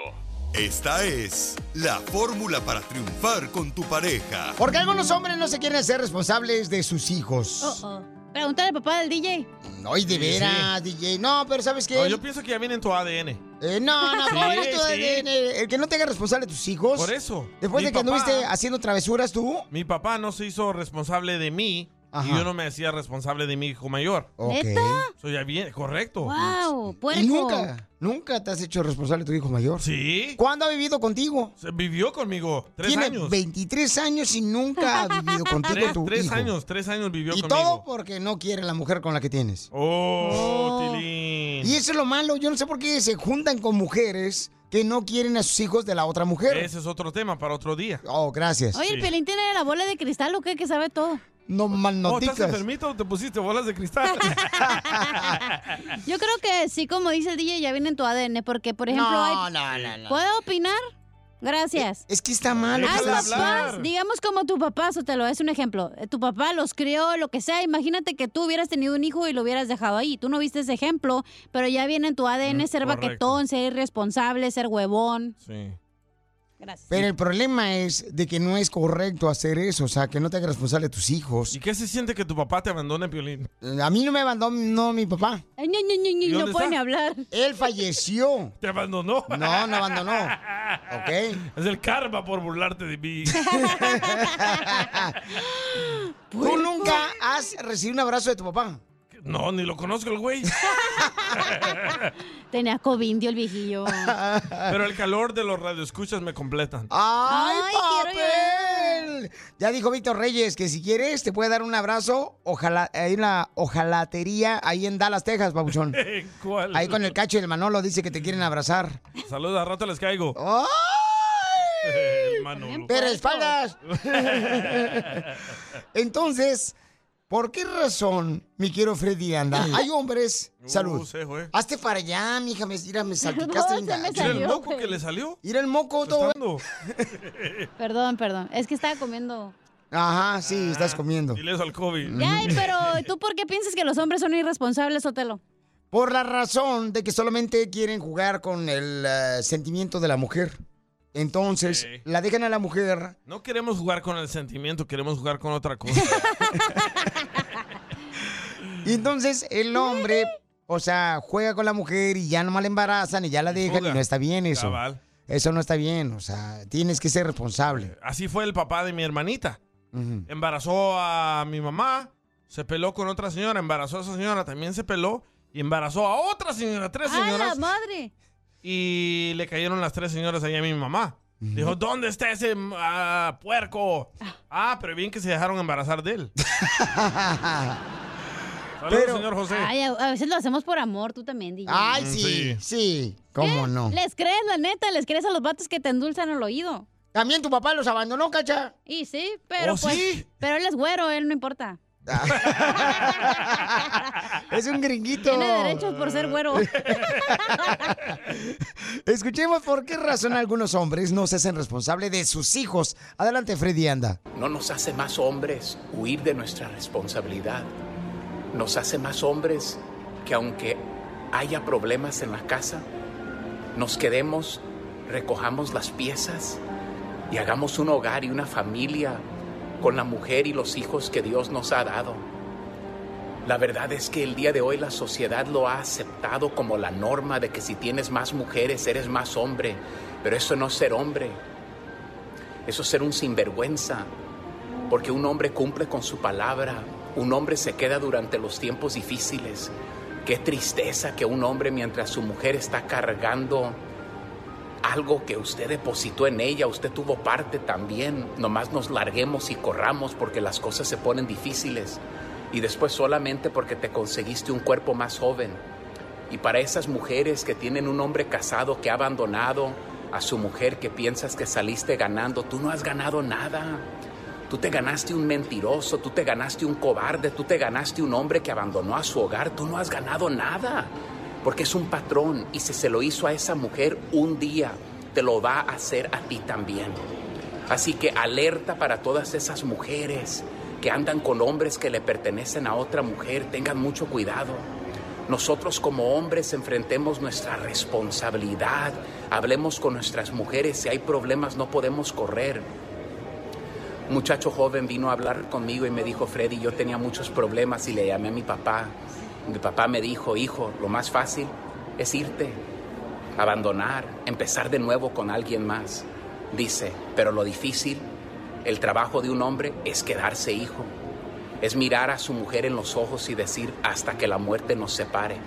Esta es la fórmula para triunfar con tu pareja. Porque algunos hombres no se quieren hacer responsables de sus hijos. Oh, oh. Pregúntale al papá del DJ. Ay, de Oh. Sí, veras, DJ. No, pero ¿sabes qué? No, yo pienso que ya viene en tu ADN. Eh, no, no, Sí, ¿cómo eres tú, sí. ADN? El que no te haga responsable de tus hijos. Por eso. Después Mi de que papá- anduviste haciendo travesuras tú. Mi papá no se hizo responsable de mí Ajá. y yo no me hacía responsable de mi hijo mayor. Ok. ¿Neta? Soy ya bien, correcto. ¡Wow! ¡Puerco! ¿Y nunca, nunca te has hecho responsable de tu hijo mayor? Sí. ¿Cuándo ha vivido contigo? Se vivió conmigo tres Tiene años. 23 años y nunca ha vivido contigo Tres, tu tres hijo. años, tres años vivió Y conmigo. todo porque no quiere la mujer con la que tienes. Oh, Oh. Tilín. Y eso es lo malo. Yo no sé por qué se juntan con mujeres que no quieren a sus hijos de la otra mujer. Ese es otro tema para otro día. Oh, gracias. Oye, el pelín tiene la bola de cristal o qué que sabe todo. No mal Oh, no ¿Estás digas. enfermito o te pusiste bolas de cristal? Yo creo que sí, como dice el DJ, ya viene en tu ADN, porque por ejemplo No, hay. no, no, no. ¿Puedo opinar? Gracias. Es que está mal lo que Hay estás papás, haciendo. digamos como tu papá, Sotelo, es un ejemplo. Eh, Tu papá los crió, lo que sea. Imagínate que tú hubieras tenido un hijo y lo hubieras dejado ahí. Tú no viste ese ejemplo, pero ya viene en tu ADN Mm, ser correcto. baquetón, ser irresponsable, ser huevón. Sí. Gracias. Pero el problema es de que no es correcto hacer eso, o sea, que no te hagas responsable de tus hijos. ¿Y qué se siente que tu papá te abandone, Piolín? Eh, A mí no me abandonó mi papá. Ay, ñe, ñe, ñe, ñe, ¿Y no dónde pueden está? hablar. Él falleció. ¿Te abandonó? No, no abandonó. ¿Ok? Es el karma por burlarte de mí. ¿Tú nunca has recibido un abrazo de tu papá? No, ni lo conozco el güey. Tenía covindio el viejillo. Ah, Pero el calor de los radioescuchas me completan. ¡Ay, quiero llorar. papel! ya dijo Víctor Reyes que si quieres te puede dar un abrazo. Ojalá, hay una ojalatería ahí en Dallas, Texas, babuchón. ¿Cuál? Ahí con el cacho y el Manolo dice que te quieren abrazar. Saludos, al rato les caigo. El Manolo. Pero espaldas. Entonces, ¿por qué razón, mi quiero Freddy anda? Hay hombres. Uh, Pues, Salud. se fue. Hazte para allá, mija. Me, mira, me salpicaste No, bien se me gacho. salió, Mira el moco güey. que le salió. Mira el moco todo. ¿eh? Perdón, perdón. Es que estaba comiendo. Ajá, sí, estás comiendo. Dile eso al COVID. Ay, pero ¿tú por qué piensas que los hombres son irresponsables, Otelo? Por la razón de que solamente quieren jugar con el eh, sentimiento de la mujer. Entonces, Ok. la dejan a la mujer. No queremos jugar con el sentimiento, queremos jugar con otra cosa. Y entonces el hombre, o sea, juega con la mujer y ya nomás la embarazan y ya la dejan. fuga. Y no está bien eso. Cabal. Eso no está bien. O sea, tienes que ser responsable. Así fue el papá de mi hermanita. Ujú. Embarazó a mi mamá, se peló con otra señora, embarazó a esa señora, también se peló y embarazó a otra señora, tres ¡A la señoras. madre! y le cayeron las tres señoras ahí a mi mamá. Dijo, ¿dónde está ese ah, puerco? Ah, pero bien que se dejaron embarazar de él. Saludos, señor José. Ay, a, a veces lo hacemos por amor, tú también, DJ. Mm, Ay, Mm, sí, sí. ¿Cómo no? Les crees, la neta, les crees a los vatos que te endulzan el oído. También tu papá los abandonó, cacha. Y sí, pero ¿Oh, pues. sí? Pero él es güero, él no importa. Es un gringuito. Tiene derechos por ser güero. Escuchemos por qué razón algunos hombres no se hacen responsable de sus hijos. Adelante, Freddy anda. No nos hace más hombres huir de nuestra responsabilidad. Nos hace más hombres que aunque haya problemas en la casa, nos quedemos, recojamos las piezas y hagamos un hogar y una familia con la mujer y los hijos que Dios nos ha dado. La verdad es que el día de hoy la sociedad lo ha aceptado como la norma de que si tienes más mujeres eres más hombre, pero eso no es ser hombre, eso es ser un sinvergüenza, porque un hombre cumple con su palabra, un hombre se queda durante los tiempos difíciles. Qué tristeza que un hombre mientras su mujer está cargando algo que usted depositó en ella, usted tuvo parte también, nomás nos larguemos y corramos porque las cosas se ponen difíciles y después solamente porque te conseguiste un cuerpo más joven. Y para esas mujeres que tienen un hombre casado que ha abandonado a su mujer que piensas que saliste ganando, tú no has ganado nada. Tú te ganaste un mentiroso, tú te ganaste un cobarde, tú te ganaste un hombre que abandonó a su hogar, tú no has ganado nada. Porque es un patrón y si se lo hizo a esa mujer un día, te lo va a hacer a ti también. Así que alerta para todas esas mujeres que andan con hombres que le pertenecen a otra mujer, tengan mucho cuidado. Nosotros como hombres enfrentemos nuestra responsabilidad, hablemos con nuestras mujeres, si hay problemas no podemos correr. Un muchacho joven vino a hablar conmigo y me dijo, Freddy, yo tenía muchos problemas y le llamé a mi papá. Mi papá me dijo, hijo, lo más fácil es irte, abandonar, empezar de nuevo con alguien más. Dice, pero lo difícil, el trabajo de un hombre es quedarse hijo es mirar a su mujer en los ojos y decir hasta que la muerte nos separe,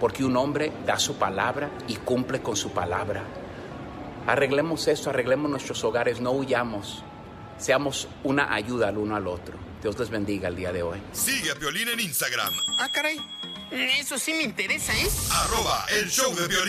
porque un hombre da su palabra y cumple con su palabra. Arreglemos esto, arreglemos nuestros hogares, no huyamos, seamos una ayuda al uno al otro. Dios les bendiga el día de hoy. Sigue a Piolín en Instagram. Ah, caray. Eso sí me interesa, ¿eh? Arroba el show de Piolín.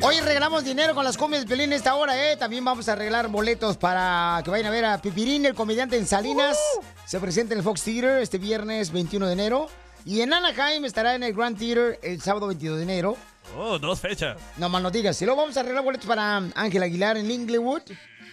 Hoy regalamos dinero con las cumbias de Piolín esta hora, ¿eh? También vamos a arreglar boletos para que vayan a ver a Pipirín, el comediante en Salinas. Se presenta en el Fox Theater este viernes 21 de enero. Y en Anaheim estará en el Grand Theater el sábado 22 de enero. Oh, dos fechas. No más no digas. Y luego vamos a arreglar boletos para Ángel Aguilar en Inglewood.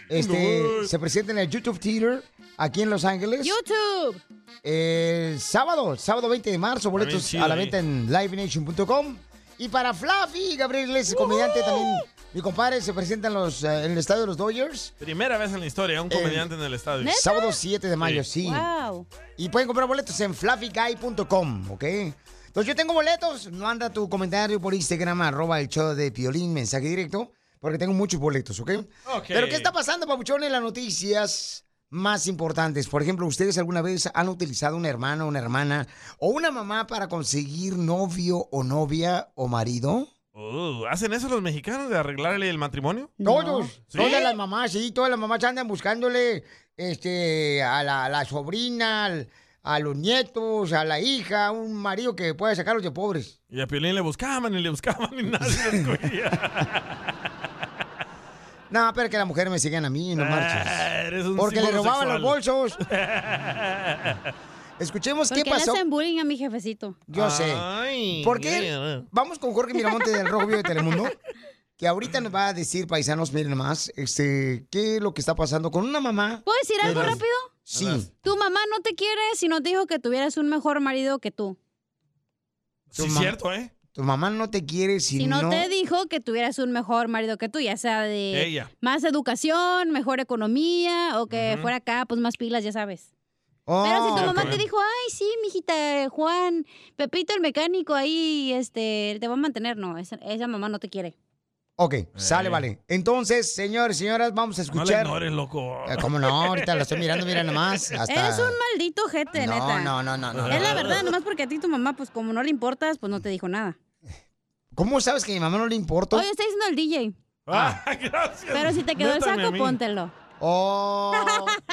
Este, Inglewood. Se presenta en el YouTube Theater aquí en Los Ángeles. ¡YouTube! El sábado, sábado 20 de marzo, boletos chido a la ahí. venta en livenation.com. Y para Fluffy, Gabriel Iglesias, comediante también. Mi compadre se presenta en, los, eh, en el estadio de los Dodgers. Primera vez en la historia, un Eh, comediante en el estadio. Sábado 7 de mayo, sí. Wow. Y pueden comprar boletos en fluffyguy.com, ¿ok? Entonces yo tengo boletos, manda tu comentario por Instagram, arroba el show de Piolín, mensaje directo, porque tengo muchos boletos, ¿ok? Ok. Pero ¿qué está pasando, Papuchón, en las noticias más importantes? Por ejemplo, ¿ustedes alguna vez han utilizado un hermano, una hermana o una mamá para conseguir novio o novia o marido? Oh, ¿Hacen eso los mexicanos de arreglarle el matrimonio? Todos, ¿Sí? todas las mamás, sí, todas las mamás andan buscándole este, a, la, a la sobrina, al- a los nietos, a la hija, un marido que pueda sacarlos de pobres. Y a Piolín le buscaban y le buscaban y nadie lo escogía. No, pero que las mujeres me sigan a mí, no Ah, marches. eres un Porque le símbolo robaban los bolsos. ¿Por Escuchemos qué Pues, qué le pasó. hacen bullying a mi jefecito? Yo sé. ¿Por qué? Vamos con Jorge Miramonte del Rojo Vivo de Telemundo, que ahorita nos va a decir, paisanos, miren más, este, qué es lo que está pasando con una mamá. ¿Puedo decir que algo las- rápido? Sí. Tu mamá no te quiere si no te dijo que tuvieras un mejor marido que tú. Tu Sí, mam- cierto, ¿eh? Tu mamá no te quiere si, Si no, no... te dijo que tuvieras un mejor marido que tú, ya sea de Ella. más educación, mejor economía o que Ujú. fuera acá, pues más pilas, ya sabes. Oh. Pero si tu mamá Ok. te dijo, ay, sí, mijita, eh, Juan, Pepito el mecánico ahí, este, te va a mantener, no, esa, esa mamá no te quiere. Ok, sale, vale. Entonces, señores, señoras, vamos a Eh. No le escuchar. ignores, loco. Eh, ¿Cómo no? Ahorita la estoy mirando, mira nomás. Hasta... Eres un maldito jete, No, neta. no, no, no, no. Es la verdad, nomás porque a ti tu mamá, pues como no le importas, pues no te dijo nada. ¿Cómo sabes que a mi mamá no le importa? Ah. Oye, está diciendo el DJ. Ah, gracias. Pero si te quedó el Métame a saco, mí. póntelo. Oh.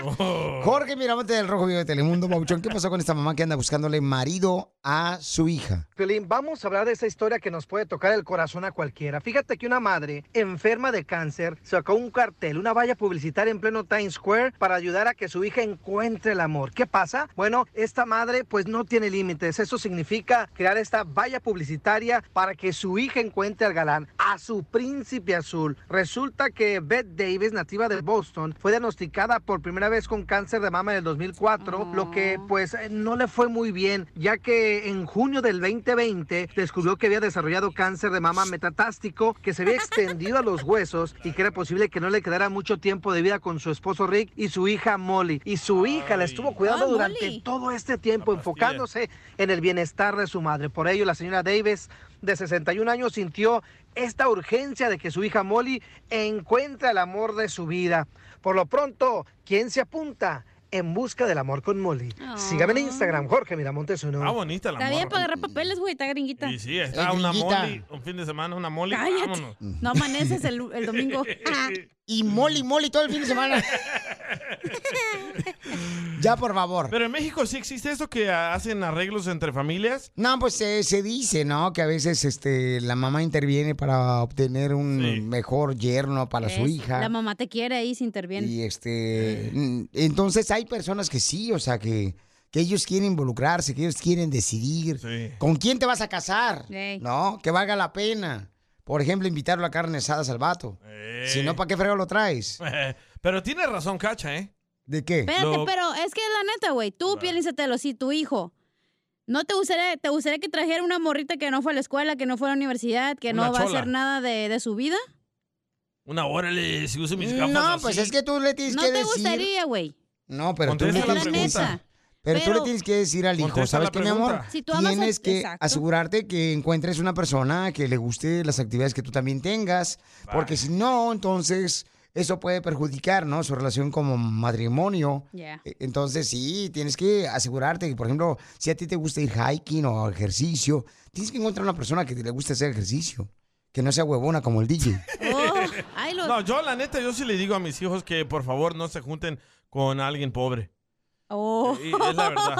Oh. Jorge Miramonte del Rojo Vivo de Telemundo, Babuchón, ¿qué pasó con esta mamá que anda buscándole marido a su hija? Piolín, vamos a hablar de esa historia que nos puede tocar el corazón a cualquiera. Fíjate que una madre enferma de cáncer sacó un cartel, una valla publicitaria en pleno Times Square para ayudar a que su hija encuentre el amor. ¿Qué pasa? Bueno, esta madre pues no tiene límites. Eso significa crear esta valla publicitaria para que su hija encuentre al galán, a su príncipe azul. Resulta que Beth Davis, nativa de Boston, fue diagnosticada por primera vez con cáncer de mama en el 2004, lo que Oh. pues eh, no le fue muy bien, ya que en junio del 2020 descubrió que había desarrollado cáncer de mama metatástico que se había extendido a los huesos y que era posible que no le quedara mucho tiempo de vida con su esposo Rick y su hija Molly. Y su hija la estuvo cuidando Ah, durante Molly. todo este tiempo, enfocándose en el bienestar de su madre. Por ello, la señora Davis, de 61 años, sintió esta urgencia de que su hija Molly encuentre el amor de su vida. Por lo pronto, ¿quién se apunta? En busca del amor con Molly. Sígame en Instagram, Jorge Miramontes uno. Ah, bonita Ah. Está bien para agarrar papeles, güey, está gringuita. Y sí, está Eh, una gringuita. moli, un fin de semana, una moli. Cállate. Vámonos. No amaneces el, el domingo. y moli, moli todo el fin de semana. ya, por favor. Pero en México sí existe eso que hacen arreglos entre familias. No, pues eh, se dice, ¿no? Que a veces este, la mamá interviene para obtener un mejor yerno para su Es- hija. La mamá te quiere ahí se interviene. Y este, mm, entonces hay personas que sí, o sea, que, que ellos quieren involucrarse, que ellos quieren decidir con quién te vas a casar, Ey. ¿no? Que valga la pena. Por ejemplo, invitarlo a carne asada al vato. Eh. Si no, ¿para qué frego lo traes? Pero tiene razón, Cacha, ¿eh? ¿De qué? Espérate, pero es que la neta, güey, tú, Piolín Sotelo, sí, tu hijo. ¿No te gustaría, te gustaría que trajera una morrita que no fue a la escuela, que no fue a la universidad, que no Una va a chola. hacer nada de, de su vida? Una hora le si uso mis gafas No, así. pues es que tú le tienes No que te decir. gustaría, güey. No, pero tú le Contesta la tienes que pregunta. decir. Pero, tú Pero- le tienes que decir al hijo, Contesta ¿sabes la qué, mi amor? pregunta. Si tú amas a- tienes que Exacto. asegurarte que encuentres una persona que le guste las actividades que tú también tengas, porque si no, entonces eso puede perjudicar, ¿no? Su relación como matrimonio. Ya. E- Entonces sí, tienes que asegurarte que, por ejemplo, si a ti te gusta ir hiking o ejercicio, tienes que encontrar una persona que te le guste hacer ejercicio, que no sea huevona como el DJ. Oh, Oh, No, yo la neta, yo sí le digo a mis hijos que por favor no se junten con alguien pobre. Oh. Y es la verdad.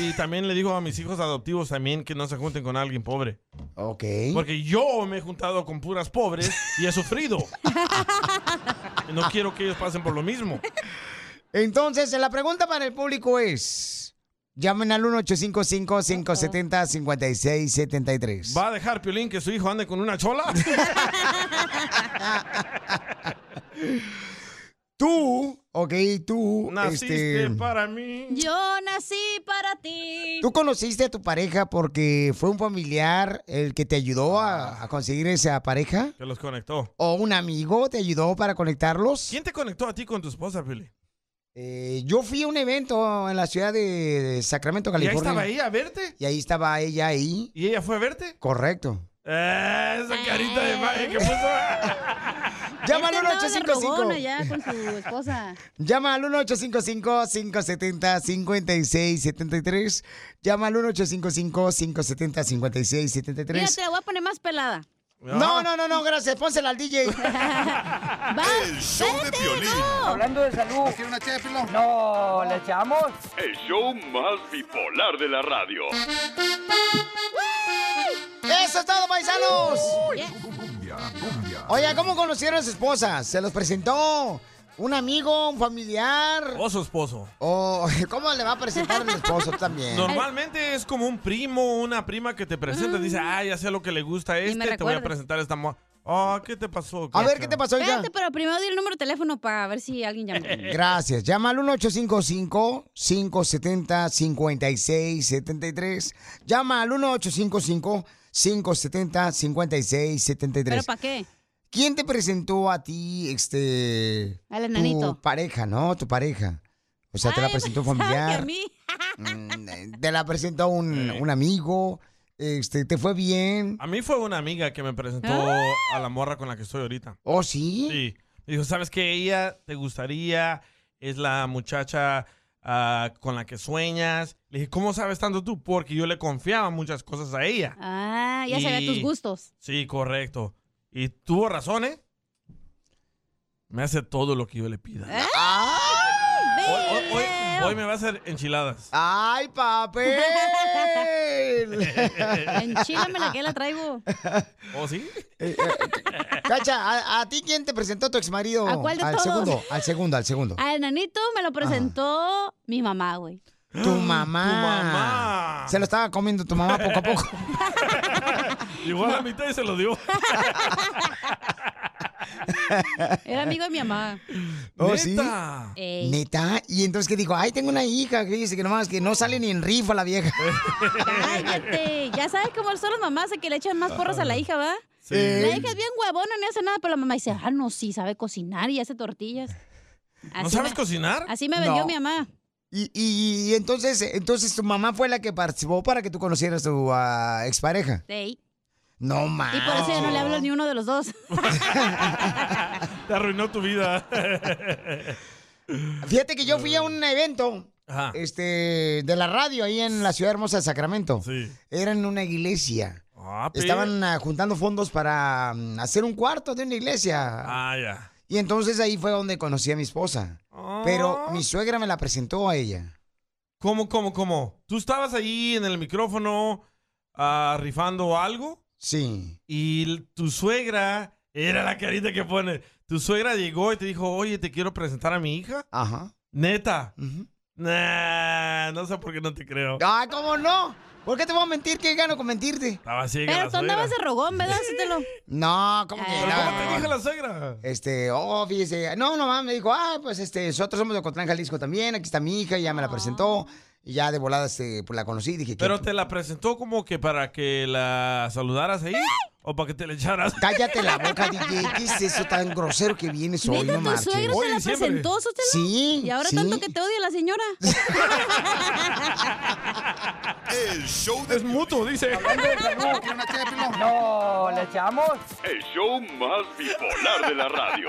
Y también le digo a mis hijos adoptivos también que no se junten con alguien pobre. Ok. Porque yo me he juntado con puras pobres y he sufrido. Y no quiero que ellos pasen por lo mismo. Entonces, la pregunta para el público es: llamen al 1-855-570-5673. ¿Va a dejar Piolín que su hijo ande con una chola? Tú, ok, tú. Naciste este, para mí. Yo nací para ti. Eh. Tú conociste a tu pareja porque fue un familiar el que te ayudó a, a conseguir esa pareja. Que los conectó. ¿O un amigo te ayudó para conectarlos? ¿Quién te conectó a ti con tu esposa, Piolín? Eh, yo fui a un evento en la ciudad de Sacramento, ¿Y ahí California. estaba ella a verte? Y ahí estaba ella ahí. ¿Y ella fue a verte? Correcto. Eh, esa carita de madre que puso. Llámalo al Este andaba de rogón 855. allá con su esposa. Llama al 1-855-570-5673. Llama al 1-855-570-5673. Mira, te la voy a poner más pelada. No, no, no, no, gracias. Pónsela al DJ. El show de Piolín. Hablando de salud. una No, ¿le echamos? El show más bipolar de la radio. ¡Eso es todo, paisanos! Cumbia, Oiga, ¿cómo conocieron a sus esposas? ¿Se los presentó un amigo, un familiar? O Oh, su esposo. ¿O cómo le va a presentar el esposo también? Normalmente es como un primo o una prima que te presenta. Dice, ah, ya sé lo que le gusta a este, te voy a recuerdas. presentar a esta mo... Ah, ¿qué te pasó? Espérate, pero primero di el número de teléfono para ver si alguien llama. Eh, Gracias. Llama al 1-855-570-5673. Llama al 1-855-570-5673. ¿Pero para qué? ¿Quién te presentó a ti, este... Al enanito. pues, Tu pareja, ¿no? Tu pareja. O sea, te la presentó un familiar. Mm, eh, A mí. Te la presentó un, un amigo. Este, ¿te fue bien? A mí fue una amiga que me presentó a la morra con la que estoy ahorita. ¿Oh, sí? Sí. Me dijo, ¿sabes qué? Ella te gustaría, es la muchacha ah, con la que sueñas. Le dije, ¿cómo sabes tanto tú? Porque yo le confiaba muchas cosas a ella. Ah, ya sabía Y- tus gustos. Sí, correcto. Y tuvo razón, ¿eh? Me hace todo lo que yo le pida. Ah. Hoy, hoy- hoy- hoy me va a hacer enchiladas. ¡Ay, papel! Enchílame la que la traigo. ¿Oh, sí? Eh, Cacha, ¿a, a ti quién te presentó tu exmarido? ¿A cuál de al todos? segundo, al segundo, al segundo. Al enanito Ah, me Ah. lo presentó mi mamá, güey. Tu mamá. Se lo estaba comiendo tu mamá Ah, poco a poco. Llegó a la mitad y se lo dio. Era amigo de mi mamá. ¿Oh, sí? Neta. Ey. Neta. Y entonces que dijo, ay, tengo una hija que dice que nomás que no sale ni en rifa la vieja. Cállate. Ya sabes cómo son las mamás de que le echan más porras a la hija, ¿va? Sí. La hija es bien huevona, no hace nada, pero la mamá dice, ah, no, sí, sabe cocinar y hace tortillas. ¿No sabes cocinar? Así me vendió No. mi mamá. Y, y- y entonces, entonces tu mamá fue la que participó para que tú conocieras a tu ah, expareja. Ey. No más. Y Ah. por eso ya no le hablo a ni uno de los dos. Te arruinó tu vida. Fíjate que yo fui a un evento este, de la radio ahí en la ciudad hermosa de Sacramento. Era en una iglesia. pe- Estaban ah, juntando fondos para mm, hacer un cuarto de una iglesia. Ah, ya. Y entonces ahí fue donde conocí a mi esposa. Pero mi suegra me la presentó a ella. Oh. ¿Cómo, cómo, cómo? ¿Tú estabas ahí en el micrófono ah, rifando algo? Sí. Y l- tu suegra, era la carita que pone, tu suegra llegó y te dijo, oye, te quiero presentar a mi hija. Ajá. Neta. Nah, no sé por qué no te creo. Ah, ¿cómo no? ¿Por qué te voy a mentir? ¿Qué gano con mentirte? Estaba ciega Pero la tú suegra. andabas de rogón, ¿verdad? Cítelo. No, ¿cómo que Pero no? ¿cómo te dijo Ah. la suegra? Este, oh, fíjese. No, nomás me dijo, ah, pues este, nosotros somos de Ocotlán, Jalisco también. Aquí está mi hija, y ya me la presentó. Y ya de volada este, pues, la conocí. Dije, Pero te la presentó como que para que la saludaras ahí o para que te le echaras. Cállate la boca, DJ. ¿Qué es eso tan grosero que vienes Pues hoy? Neta, No tu marches. suegra te la presentó, Sotelo. Sí, Y ahora sí. tanto que te odia la señora. El show de Es mutuo, dice. No, ¿le echamos? El show más bipolar de la radio.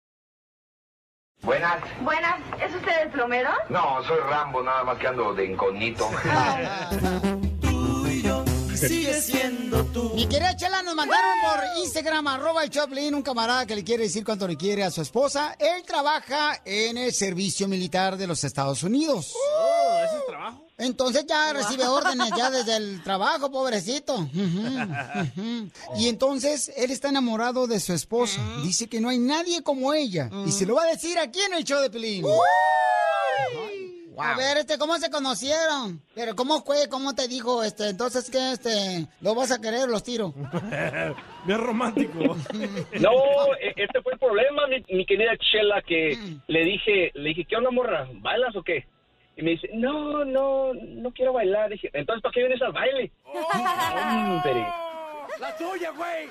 Buenas. Buenas, ¿es usted el plomero? No, soy Rambo, nada más que ando de incógnito. Sigue siendo tú. Mi querida Chela, nos mandaron por Instagram, arroba el Choplin, un camarada que le quiere decir cuánto le quiere a su esposa. Él trabaja en el servicio militar de los Estados Unidos. ¿Ese es trabajo? Entonces ya recibe órdenes ya desde el trabajo, pobrecito. Ujú, ujú. Y entonces él está enamorado de su esposa. Dice que no hay nadie como ella. Mm. Y se lo va a decir aquí en el show de Pelín. A ver, este, ¿cómo se conocieron? Pero ¿cómo fue? ¿Cómo te dijo? Este, entonces que este, lo vas a querer, los tiro. Bien romántico. No, e- este fue el problema, mi, mi querida Chela, que le dije, le dije, ¿qué onda, morra? ¿Bailas o qué? Y me dice, no, no, no quiero bailar. Dije, entonces, ¿para qué vienes al baile? Oh. Hombre. ¡La tuya, güey!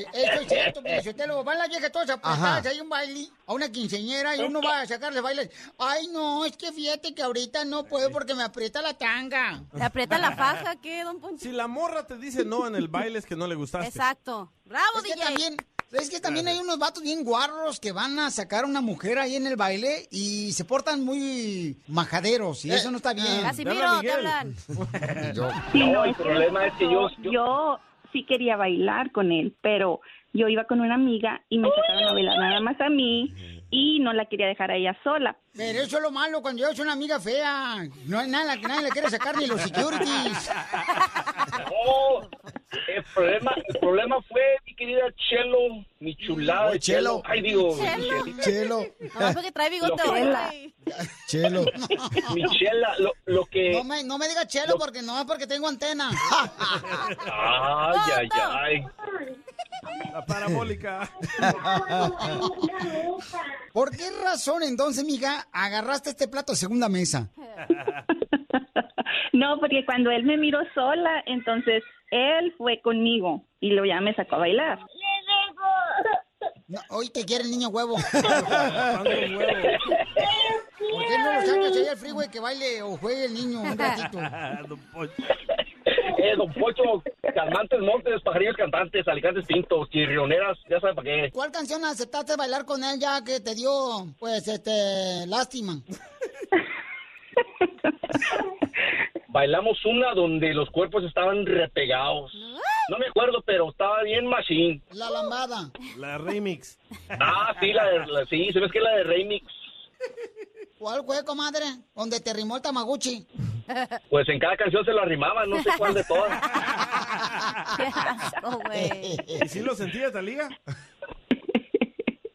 Eh, Eso es cierto, pero si usted lo va a la vieja todas apretadas, hay un baile, a una quinceñera y uno va a sacarle bailes. Ay, no, es que fíjate que ahorita no puedo porque me aprieta la tanga. ¿Le aprieta la faja qué, don Poncho? Si la morra te dice no en el baile es que no le gustaste. Exacto. ¡Bravo, es Que también, es que también hay unos vatos bien guarros que van a sacar a una mujer ahí en el baile y se portan muy majaderos y eso no está bien. Eh, Casimiro, te hablan. Sí, No, no, el problema es que yo- yo- Yo sí quería bailar con él, pero yo iba con una amiga y me sacaron a bailar nada más a mí y no la quería dejar a ella sola. Pero eso es lo malo cuando yo soy una amiga fea. No hay nada que nadie le quiere sacar ni los securities. No, el problema, el problema fue mi querida Chelo, mi chulada. Oh, de Chelo. Ay, digo, Chelo. mi Chelo. Nomás porque trae bigote Lo que- ahora. Chelo. Mi Chela, lo, lo que... No me, no me digas chelo porque no es porque tengo antena. Ay, ay, ay. La parabólica. ¿Por qué razón entonces, mija, agarraste este plato de segunda mesa? No, porque cuando él me miró sola, entonces él fue conmigo y lo ya me sacó a bailar. No, hoy te quiere el niño huevo. ¿Por qué no lo sacas ahí al freeway que baile o juegue el niño un ratito? Eh, don Pocho, calmantes montes, pajarillos cantantes, alicantes pintos, chirrioneras, ya saben para qué. ¿Cuál canción aceptaste bailar con él ya que te dio, pues, este, lástima? Bailamos una donde los cuerpos estaban repegados. No me acuerdo, pero estaba bien machín. La lambada. La remix. Ah, sí, la de, la- sí, se ve que la de remix. ¿Cuál fue, comadre? Donde te rimó el tamaguchi. Pues en cada canción se la rimaban, no sé cuál de todas. ¿Y si lo sentías, Talía?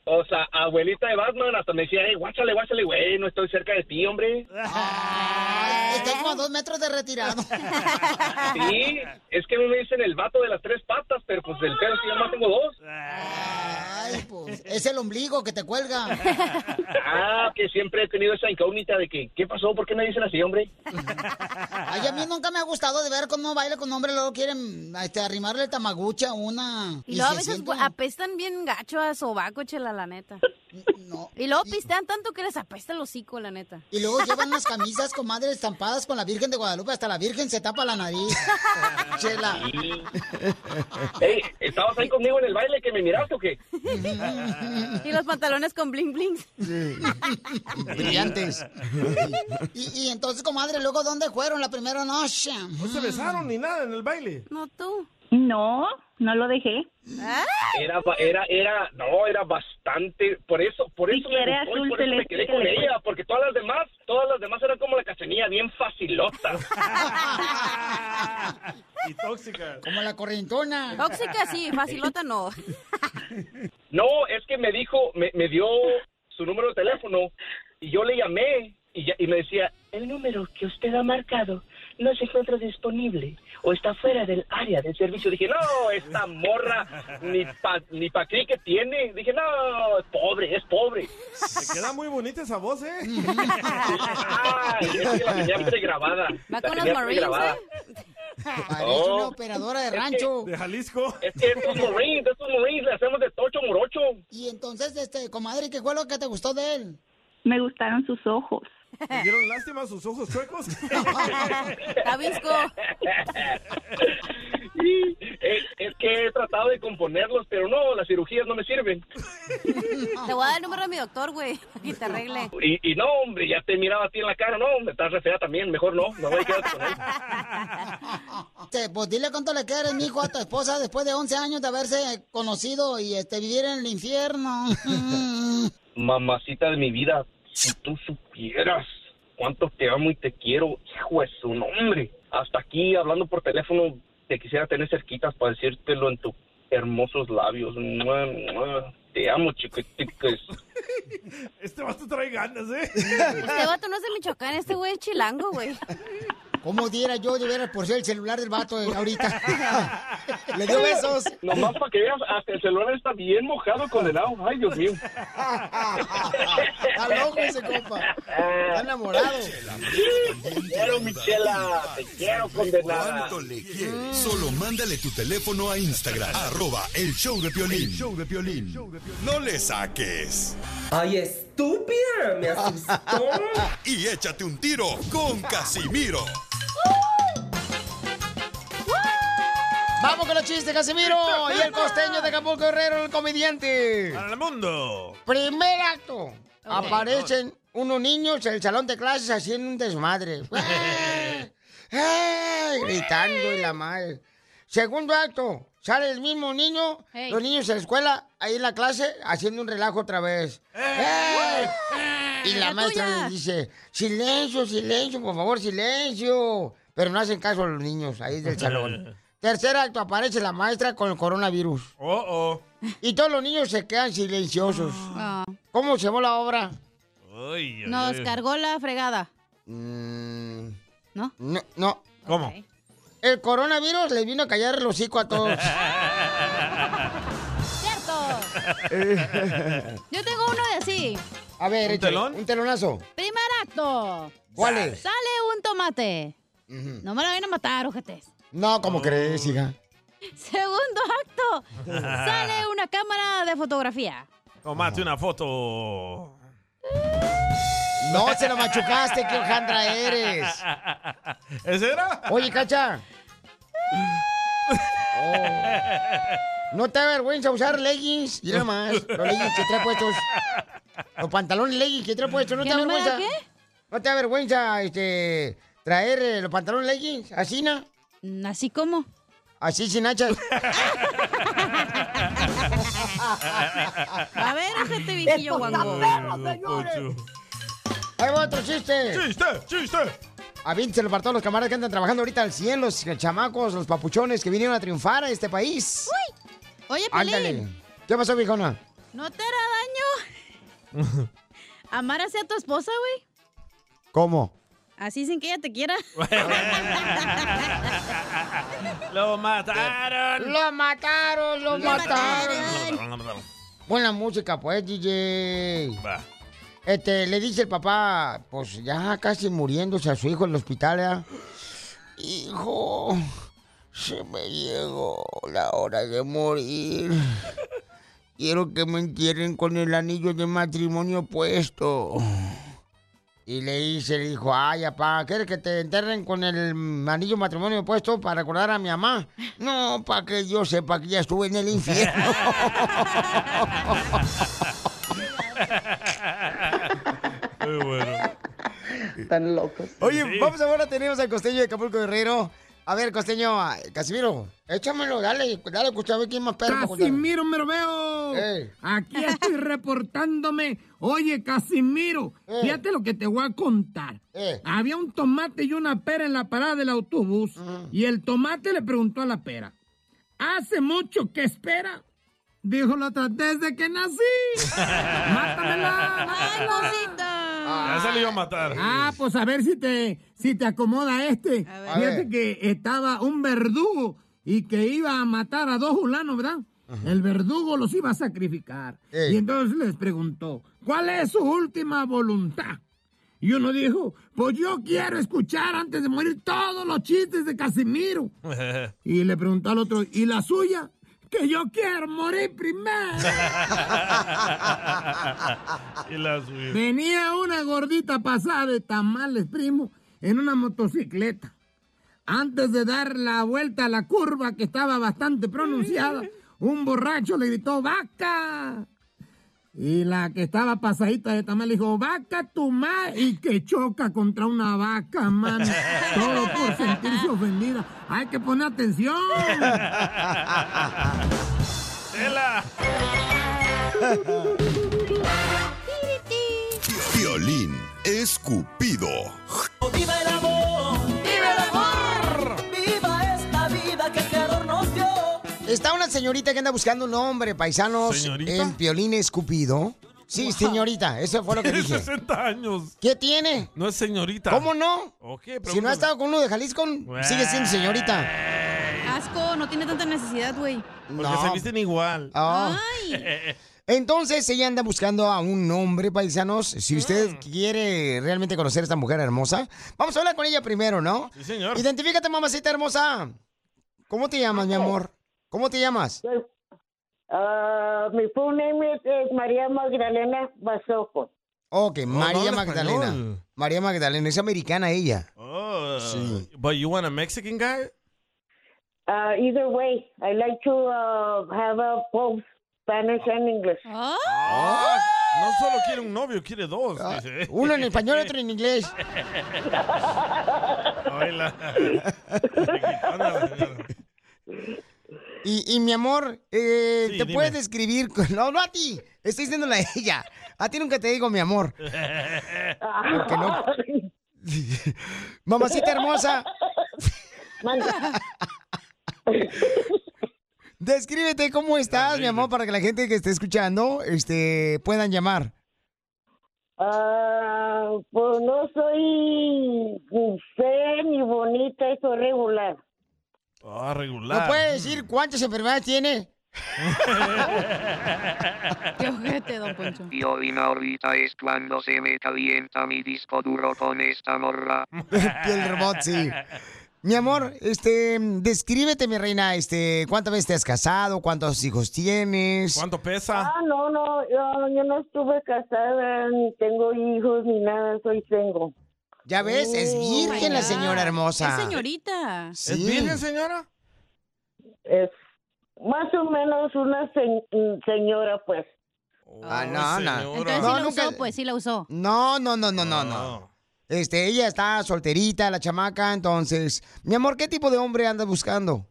O sea, abuelita de Batman hasta me decía, hey, guáchale, guáchale, güey, no estoy cerca de ti, hombre. Estás como a dos metros de retirado. Sí, es que a mí me dicen el vato de las tres patas, pero pues del pelo sí, yo más tengo dos. Ay, pues, es el ombligo que te cuelga. Ah, que siempre he tenido esa incógnita de que, ¿qué pasó? ¿Por qué me dicen así, hombre? Ay, a mí nunca me ha gustado de ver cómo baila con hombre, luego quieren este, arrimarle el tamagucha a una. Y luego a se veces sienten- pues, apestan bien gacho a sobaco, chela, la neta. Y luego pistean tanto que les apesta el hocico, la neta. y luego llevan unas camisas con madres estampadas con la Virgen de Guadalupe, hasta la Virgen se tapa la nariz. Chela. Ey, ¿estabas ahí conmigo en el baile que me miraste o qué? Y los pantalones con bling bling. Brillantes. Y, y entonces, comadre, luego, ¿dónde fueron la primera noche? No se besaron ni nada en el baile. No tú. No, no lo dejé. Era, ba- era, era, no, era bastante, por eso, por Si eso me quiere gustó y azul por eso me celeste quedé que con le ella, cuelgue. porque todas las demás, todas las demás eran como la cachanilla, bien facilota. Y tóxica. Como la corrientona. Tóxica sí, facilota no. No, es que me dijo, me, me dio su número de teléfono y yo le llamé y, ya- y me decía, el número que usted ha marcado no se encuentra disponible o está fuera del área de servicio. Dije, no, esta morra ni pa, ni pa' qué que tiene. Dije, no, es pobre, es pobre. Te queda muy bonita esa voz, ¿eh? Ay, es que la tenía pregrabada. Va La con los tenía Marines, ¿eh? pregrabada. Parece una operadora de Es que- rancho. De Jalisco. Es que estos Marines, estos Marines le hacemos de tocho morocho. Y entonces, este, comadre, ¿qué fue lo que te gustó de él? Me gustaron sus ojos. ¿Te dieron lástima sus ojos chuecos? Tabisco. Y, eh, es que he tratado de componerlos, pero no, las cirugías no me sirven. Te voy a dar el número de mi doctor, güey, para que te arregle. Y, y no, hombre, ya te miraba a ti en la cara, no, me estás re fea también, mejor no, me voy a quedar con él. Este, pues dile cuánto le quieres, mijo, a tu esposa después de 11 años de haberse conocido y este, vivir en el infierno. Mamacita de mi vida, si tú supieras cuánto te amo y te quiero, hijo de su nombre. Hasta aquí, hablando por teléfono, te quisiera tener cerquitas para decírtelo en tus hermosos labios. Mua, mua. Te amo, chiquitiques. Este vato trae ganas, ¿eh? Este vato no es de Michoacán, este güey es chilango, güey. ¿Cómo diera yo de ver por ser el celular del vato de ahorita? Le dio besos. Nomás para que veas, hasta el celular está bien mojado con el agua. Ay, Dios mío. Está loco ese compa. Está enamorado. Quiero, Michela. Te quiero, condenada. ¿Cuánto le quieres? Solo mándale tu teléfono a Instagram. Arroba el show de Piolín. show de Piolín. No le saques. Ay, estúpida, me asustó. Y échate un tiro con Casimiro. Vamos con los chistes, Casimiro. Y el costeño de Acapulco Guerrero, el comediante. Para el mundo. Primer acto. Aparecen unos niños en el salón de clases haciendo un desmadre. ¡Ah! ¡Ah! Gritando y la madre. Segundo acto. Sale el mismo niño, Hey. los niños en la escuela, ahí en la clase, haciendo un relajo otra vez. ¡Ah! Y la maestra les dice, silencio, silencio, por favor, silencio. Pero no hacen caso a los niños ahí del salón. Tercer acto, aparece la maestra con el coronavirus. Oh, oh. Y todos los niños se quedan silenciosos. Ah. ¿Cómo se llamó la obra? Nos cargó la fregada. Mm. ¿No? No, no. ¿Cómo? El coronavirus les vino a callar el hocico a todos. ¡Cierto! Yo tengo uno de así. A ver, ¿Un échale, telón? Un telonazo. Primer acto. ¿Cuál es? Sale un tomate. No me lo van a matar, ojetes. No, Oh. ¿cómo crees, hija? Segundo acto. Ah. Sale una cámara de fotografía. Tomate una foto. No, se lo machucaste, qué hojandra eres. ¿Ese era? Oye, cacha. Oh. No te da vergüenza usar leggings. Mira más, los leggings que trae puestos. Los pantalones leggings que trae puestos. No ¿Que te da no me da vergüenza. ¿No te da vergüenza este, traer eh, los pantalones leggings? ¿Así, na? Mm, ¿Así cómo? Así sin hachas. A ver, ojete viejillo guango. Ahí va otro chiste. ¡Chiste! ¡Chiste! Avíntelo para todos los camaradas que andan trabajando ahorita al 100, los chamacos, los papuchones que vinieron a triunfar a este país. ¡Uy! Oye, Ándale. Pelín, ¿Qué pasó, viejona? ¿no te hará daño amar así a tu esposa, güey? ¿Cómo? Así sin que ella te quiera. Lo mataron. Lo mataron, lo, mataron. Buena música, pues, DJ. Este, le dice el papá, pues ya casi muriéndose a su hijo en el hospital, ¿eh? ¿ya? Hijo, se me llegó la hora de morir. Quiero que me entierren con el anillo de matrimonio puesto. Y le dice el hijo, ay, papá, ¿quieres que te enterren con el anillo de matrimonio puesto para recordar a mi mamá? No, para que yo sepa que ya estuve en el infierno. Muy bueno. Tan locos. Oye, Sí. vamos ahora, tenemos al costeño de Acapulco Guerrero. A ver, costeño, ah, Casimiro, échamelo, dale, dale, escucha, a ver quién más perro. Eh. para contar. Casimiro, me lo veo. Aquí estoy reportándome. Oye, Casimiro, fíjate lo que te voy a contar. Había un tomate y una pera en la parada del autobús y el tomate le preguntó a la pera, ¿hace mucho que espera? Dijo la otra, desde que nací. ¡Mátamela! ¡Ay, Ya se le iba a matar. Ah, pues a ver si te, si te acomoda este. ver. Fíjate que estaba un verdugo y que iba a matar a dos fulanos, ¿verdad? El verdugo los iba a sacrificar. Y entonces les preguntó, ¿cuál es su última voluntad? Y uno dijo, pues yo quiero escuchar antes de morir todos los chistes de Casimiro. Y le preguntó al otro, ¿y la suya? Que yo quiero morir primero. Ah. y la subió. Venía una gordita pasada de tamales, primo, en una motocicleta. Antes de dar la vuelta a la curva que estaba bastante pronunciada, un borracho le gritó, vaca. Y la que estaba pasadita de tamales dijo, vaca tu madre, y que choca contra una vaca, mano. Todo por sentirse ofendida. Hay que poner atención. Violín escupido. ¡Viva el amor! ¡Viva el amor! ¡Viva esta vida que este amor nos dio! Está una señorita que anda buscando un hombre, paisanos, ¿Señorita? en Piolín Escupido. Sí, señorita, eso fue lo que Tiene dije. 60 años. ¿Qué tiene? No es señorita. ¿Cómo no? Ok, Si no pregúntame. ha estado con uno de Jalisco, sigue siendo señorita. Asco, no tiene tanta necesidad, güey. Porque se visten igual. Ah. Ay. Entonces ella anda buscando a un hombre, paisanos. Si usted Mm. quiere realmente conocer a esta mujer hermosa, vamos a hablar con ella primero, ¿no? Sí, señor. Identifícate, mamacita hermosa. ¿Cómo te llamas, mi amor? ¿Cómo te llamas? Uh, my full name is, is María Magdalena Basoco. Ok, María habla Magdalena. español. María Magdalena, es americana ella. Oh. But you want a Mexican guy? Uh, either way, I like to uh, have a both Spanish and English. Ah, no solo quiere un novio, quiere dos. dice. Uno Ah, en español, otro en inglés. Hola. Y, y, mi amor, eh, Sí, ¿te dime. puedes describir? con- No, no a ti. Estoy diciéndole a ella. A ti nunca te digo, mi amor. Porque no. Mamacita hermosa. Descríbete cómo estás, mi amor, para que la gente que esté escuchando este, puedan llamar. Ah, pues no soy ni fea ni bonita, eso regular. Ah, regular. ¿No puede decir cuántas enfermedades tiene? Qué ojete, don Poncho. Piolín ahorita es cuando se me calienta mi disco duro con esta morra. Piel robot, sí. Mi amor, este, descríbete, mi reina, este, ¿cuántas veces te has casado? ¿Cuántos hijos tienes? ¿Cuánto pesa? Ah, no, no, yo, yo no estuve casada, ni tengo hijos, ni nada, soy Mm, tengo. Ya ves, es virgen la my God. señora hermosa. Es señorita. Sí. virgen, señora? Es más o menos una se- señora, pues. Ah, no, no. Entonces sí No, la nunca- usó, pues sí la usó. No, no, no, no, no, Ah. no. Este, ella está solterita, la chamaca, entonces, mi amor, ¿qué tipo de hombre andas buscando?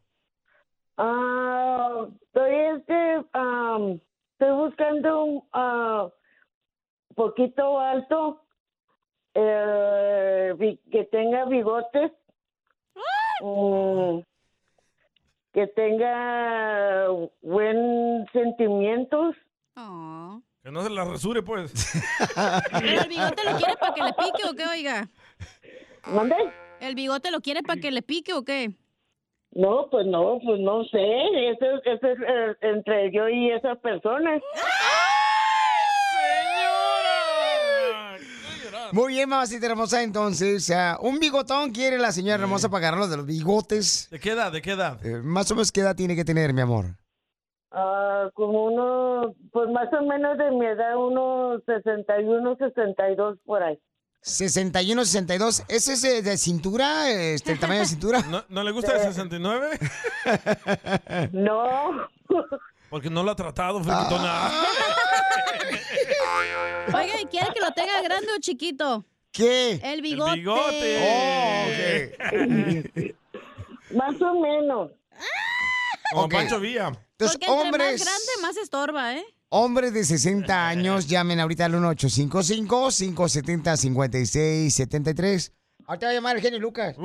Ah, estoy este, am, estoy buscando un ah, poquito alto, eh, bi- que tenga bigotes, mm, que tenga buen sentimientos. Que no se la resure, pues. ¿El bigote lo quiere para que le pique o qué, oiga? ¿Mande? ¿El bigote lo quiere para que le pique o qué? No, pues no, pues no sé. Eso, es- eso es eh, entre yo y esa persona. Muy bien, mamacita hermosa, entonces, ah, un bigotón quiere la señora hermosa para agarrarlo de los bigotes. ¿De qué edad? ¿De qué edad? Eh, más o menos, ¿qué edad tiene que tener, mi amor? Ah, como uno, pues más o menos de mi edad, unos 61, 62 por ahí. 61, 62. ¿Ese es eh, de cintura? Este, ¿El tamaño de cintura? Eh. ¿No, no le gusta el 69? No. Porque no lo ha tratado, Ah. Ah, friquitona. Oiga, ¿y quiere que lo tenga grande o chiquito? ¿Qué? El bigote. bigote. Oh, ok. Más o menos. Como Ok. Pancho Villa. Entonces, Porque entre hombres- más grande, más estorba, ¿eh? Hombres de 60 años, llamen ahorita al 1-855-570-5673. Ahorita va a llamar el genio Lucas.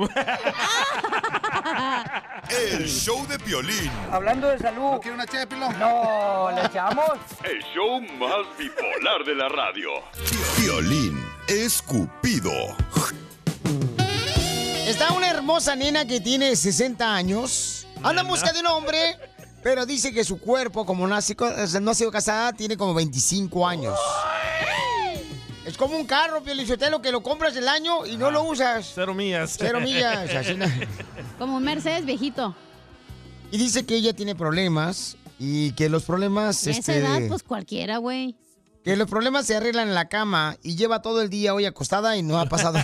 El show de Piolín. Hablando de salud. ¿No quiere una ché No, ¿le echamos? El show más bipolar de la radio. Piolín escupido. Está una hermosa nena que tiene 60 años. Anda en busca de un hombre, pero dice que su cuerpo, como no ha sido, o sea, no ha sido casada, tiene como 25 años. Es como un carro, Piolichotelo, que lo compras el año y no lo usas. Cero millas. Cero millas. así na- Como un Mercedes viejito. Y dice que ella tiene problemas y que los problemas... A esa este, edad, pues cualquiera, güey. Que los problemas se arreglan en la cama y lleva todo el día hoy acostada y no ha pasado.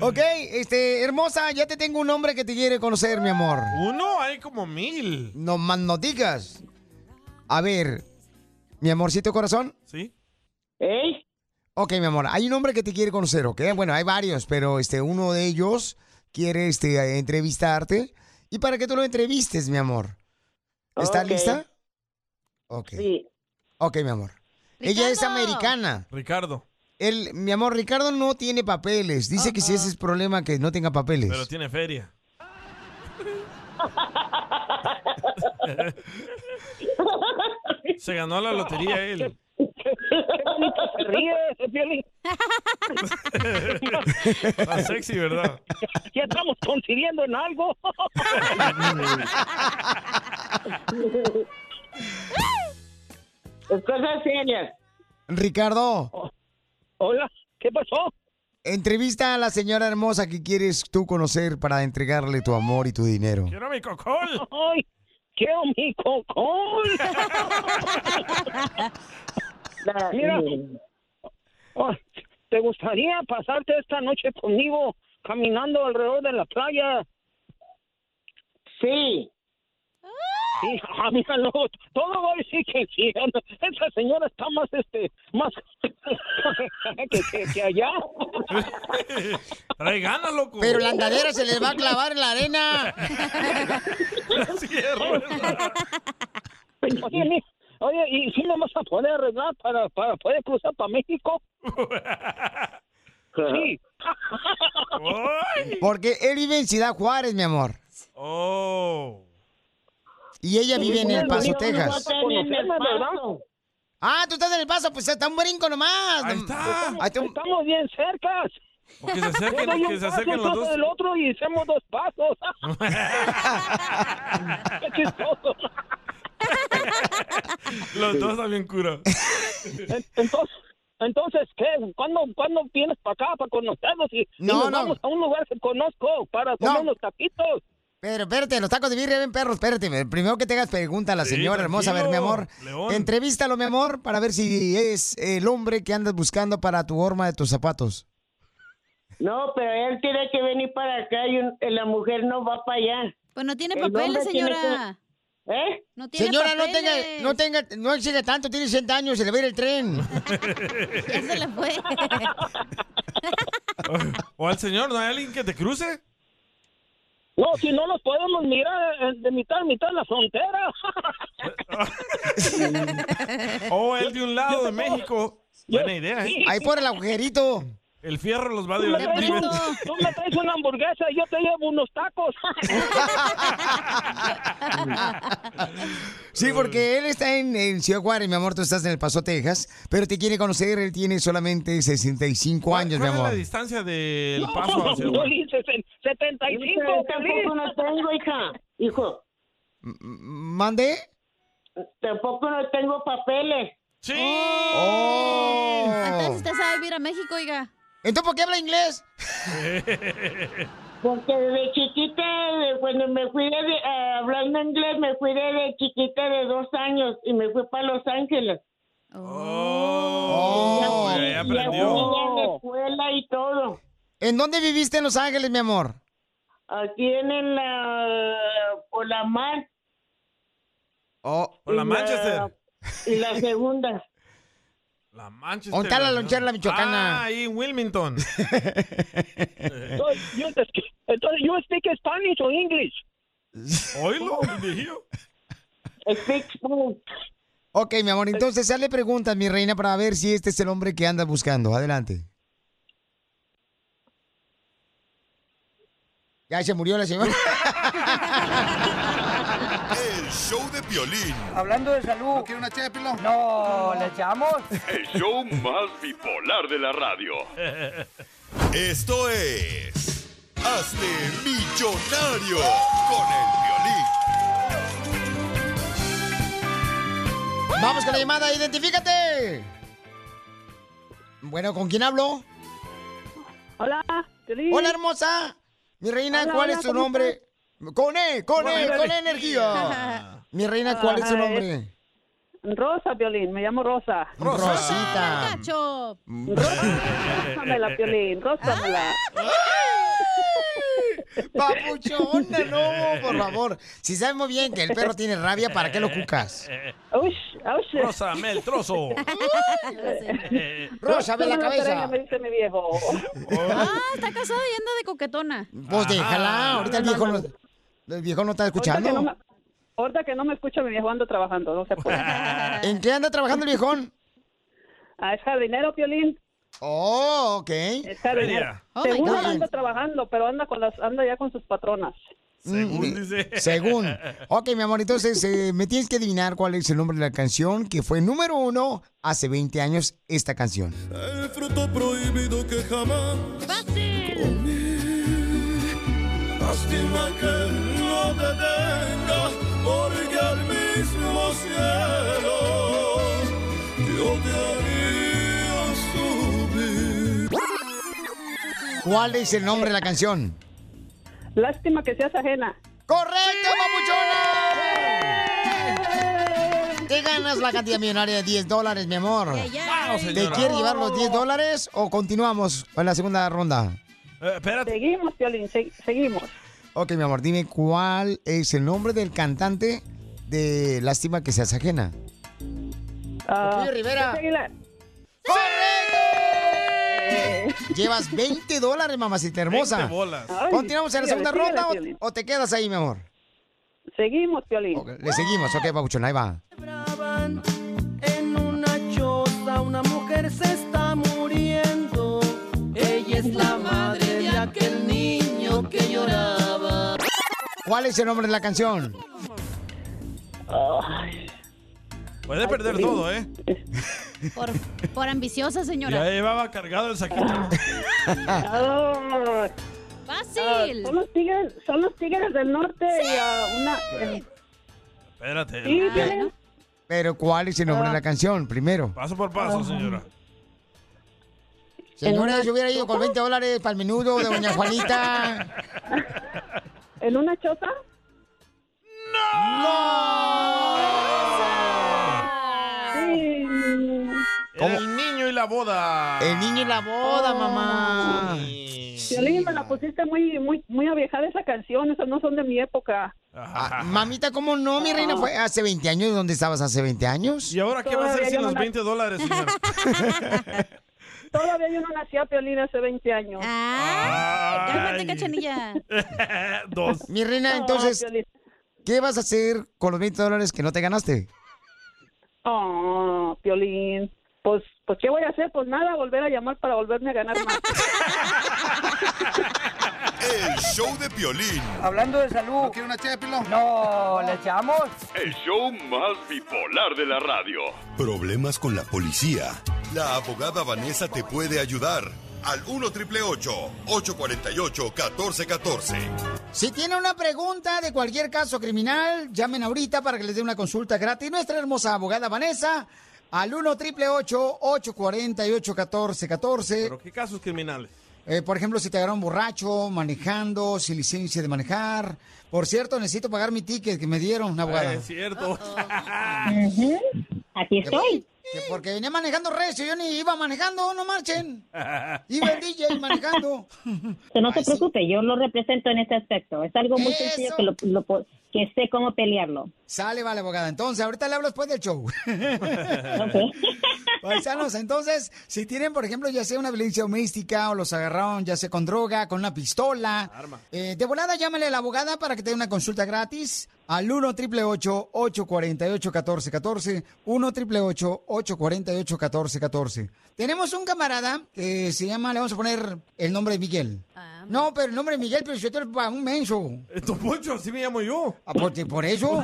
ok, este, hermosa, ya te tengo un hombre que te quiere conocer, mi amor. Uno, hay como mil. No más no digas. A ver, mi amorcito corazón. ¿Sí? ¿Eh? Ok, mi amor, hay un hombre que te quiere conocer, ¿ok? Bueno, hay varios, pero este, uno de ellos quiere este, entrevistarte. Y para que tú lo entrevistes, mi amor. ¿Está Ok. lista? Ok. Sí. Ok, mi amor. Ella es americana. Ricardo. El, mi amor, Ricardo no tiene papeles. Dice que Ah. si ese es problema, que no tenga papeles. Pero tiene feria. Se ganó la lotería él. Se ríe, Piolín. Está sexy, ¿verdad? Ya estamos coincidiendo en algo. Es cosa seria. Ricardo. Oh. Hola, ¿qué pasó? Entrevista a la señora hermosa que quieres tú conocer para entregarle tu amor y tu dinero. ¡Quiero mi cocol! ¡Ay! ¡Quiero mi cocol! Mira, oh, ¿te gustaría pasarte esta noche conmigo caminando alrededor de la playa? Sí. Sí, ah, mira, no, todo va a decir que sí. Esa señora está más, este, más que, que- que allá. Trae ganas, loco. Pero la andadera se le va a clavar en la arena. Oye, mi- oye, ¿y si me vas a poder arreglar para, para poder cruzar para México? Sí. Porque él vive en Ciudad Juárez, mi amor. Oh. Y ella vive en El Paso, Texas. Paso. Ah, tú estás en El Paso, pues está un brinco nomás. Ahí está. Estamos bien cerca. O que se acerquen, Yo doy que un se paso, acerquen un los paso dos. del otro y hacemos dos pasos. Qué chistoso. Los dos también cura. En- Entonces, entonces ¿qué? ¿Cuándo, ¿cuándo vienes para acá para conocernos? Y, y No, nos no. vamos a un lugar que conozco para comer unos taquitos. Pero espérate, los tacos de birria ven perros, espérate. Primero que tengas pregunta a la Sí, señora hermosa, a ver, mi amor. tranquilo, León. Entrevístalo, mi amor, para ver si es el hombre que andas buscando para tu horma de tus zapatos. No, pero él tiene que venir para acá y un- la mujer no va para allá. Pues no tiene El papeles, hombre tiene señora. ¿Eh? No tiene Señora, papeles. no tenga, no tenga, no exige tanto, tiene 60 años, se le va a ir el tren. Ya se le fue. O al señor, ¿no hay alguien que te cruce? No, si no nos podemos mirar eh, de mitad a mitad en la frontera. O el de un lado de México. Buena idea, ¿eh? Ahí por el agujerito. El fierro los va a Tú me, dividir. traes un- tú me traes una hamburguesa y yo te llevo unos tacos. Sí, porque él está en, en Ciudad Juárez, mi amor, tú estás en El Paso, Texas, pero te quiere conocer, él tiene solamente 65 años, mi ¿Cuál es la amor. distancia del paso al Seúl? 75, Yo tampoco no tengo, hija. Hijo, ¿Mande? tampoco no tengo papeles. ¡Sí! Oh. Ah, Entonces usted sabe vivir a México, oiga. Oh. ¿Entonces por qué habla inglés? Porque desde chiquita, de- cuando me fui de, de- a- hablando inglés, me fui desde chiquita de dos años y me fui para Los Ángeles. Oh, ya, ya aprendió. Fui a la escuela y todo. ¿En dónde viviste en Los Ángeles, mi amor? Aquí en el, ah, la, por la mar. Oh. Por la y Oh. Manchester. Y la segunda. La Manchester. ¿Dónde está la United. lonchera la michoacana? Ah, ahí en Wilmington. Entonces, you speak- entonces, you speak Spanish or English? Oílo, dirigió. Ok, mi amor, entonces hazle preguntas, mi reina, para ver si este es el hombre que andas buscando. Adelante. Ya se murió la señora. El show de violín. Hablando de salud. ¿No quiere una ché No, ¿le echamos? El show más bipolar de la radio. Esto es. Hazte millonario con el Vamos con la llamada, identifícate. Bueno, ¿con quién hablo? Hola, Hola, hermosa. Mi reina, Hola, ¿cuál hola, es tu ¿cómo nombre? Con E, con E, Bueno, con dale. energía. Mi reina, ¿cuál es tu Ah, nombre? Rosa Violín, me llamo Rosa. Rosita. Rosa, Rózamela, Violín, rózamela. Papuchona, no, por favor. Si sabemos bien que el perro tiene rabia, ¿para qué lo cucas? Rosa, me el trozo. Rosa, ve la Rózame cabeza. Oh. oreja, Me dice mi viejo. Ah, está casada y anda de coquetona. Pues déjala, Ah. ahorita el viejo no, el viejo no está Ahorita que no escuchando. me- Ahorita que no me escucha mi viejo, ando trabajando, no se puede. ¿En qué anda trabajando el viejón? Ah, es jardinero, Piolín. Oh, ok. Es jardinero. Feria. Oh, my Según God. él anda trabajando, pero anda con las, anda ya con sus patronas. Según Mm, Según. Ok, mi amor, entonces eh, me tienes que adivinar cuál es el nombre de la canción que fue número uno hace 20 años esta canción. El fruto prohibido que jamás comí. Lástima que no te tenga, porque al mismo cielo yo te haría subir. ¿Cuál es el nombre de la canción? Lástima que seas ajena. ¡Correcto, papuchona! Te ganas la cantidad millonaria de 10 dólares, mi amor. Vamos, ¿Te señora. quieres llevar los 10 dólares o continuamos con la segunda ronda? Eh, espérate. Seguimos, Piolín, se- seguimos. Ok, mi amor, dime cuál es el nombre del cantante de Lástima que seas ajena. Ah, Lupillo Rivera. Pepe Aguilar. Eh, Llevas 20 dólares, mamacita hermosa. 20 bolas. ¿Continuamos en la Ay, segunda síguele, ronda o- síguele. o, te quedas ahí, mi amor? Seguimos, Piolín. Le seguimos, ok, papuchona, ahí va. En una choza una mujer se está muriendo. Ella es la madre de aquel niño que lloraba. ¿Cuál es el nombre de la canción? Puede perder Piolín. todo, ¿eh? Por, por ambiciosa, Ya señora. llevaba cargado el saquito. Ah, Fácil. son, los tigres, son los tigres del norte y ah, una... eh, Espérate. sí, Piolín. Pero ¿cuál es el nombre de la canción? Primero. Paso por paso, señora. Señora, yo hubiera ido con 20 dólares para el menudo de Doña Juanita. ¿En una choza? Era el niño y la boda. El niño y la boda, mamá. Piolín, me la pusiste muy, muy, muy aviejada esa canción, esas no son de mi época. Ah, mamita, ¿cómo no, mi reina? Fue hace 20 años. ¿Dónde estabas hace 20 años? ¿Y ahora qué va a hacer Todavía sin yo los no- 20 dólares, señora? Todavía yo no nací a Piolín hace 20 años. Ay, Cachanilla. dos. Mi reina, No, entonces, Piolín. ¿qué vas a hacer con los 20 dólares que no te ganaste? Oh, Piolín. Pues, pues, ¿qué voy a hacer? Pues nada, volver a llamar para volverme a ganar más. violín. El show de violín. Hablando de salud. ¿No quiere una ché No, ¿le echamos? El show más bipolar de la radio. Problemas con la policía. La abogada Vanessa te puede ayudar. Al 1 triple 848 1414. Si tiene una pregunta de cualquier caso criminal, llamen ahorita para que les dé una consulta gratis nuestra hermosa abogada Vanessa al 1 848 1414 ¿Pero qué casos criminales? Eh, por ejemplo, si te agarraron borracho, manejando, sin licencia de manejar. Por cierto, necesito pagar mi ticket que me dieron, abogada. Es cierto. Aquí estoy. porque venía manejando recio, yo ni iba manejando, no marchen. Iba el DJ manejando. no se preocupe, yo lo represento en este aspecto. Es algo muy sencillo que, lo, lo po- que sé cómo pelearlo. Sale, vale, abogada. Entonces, ahorita le hablo después del show. Paisanos, entonces, si tienen, por ejemplo, ya sea una violencia doméstica o los agarraron, ya sea con droga, con una pistola, eh, de volada llámale a la abogada para que te dé una consulta gratis al 1 triple 848 1414 1 triple 848 1414 Tenemos un camarada que se llama, le vamos a poner el nombre de Miguel. No, pero el nombre de Miguel, pero yo te lo un menso. Eh, Don Poncho, así me llamo yo. por, por eso.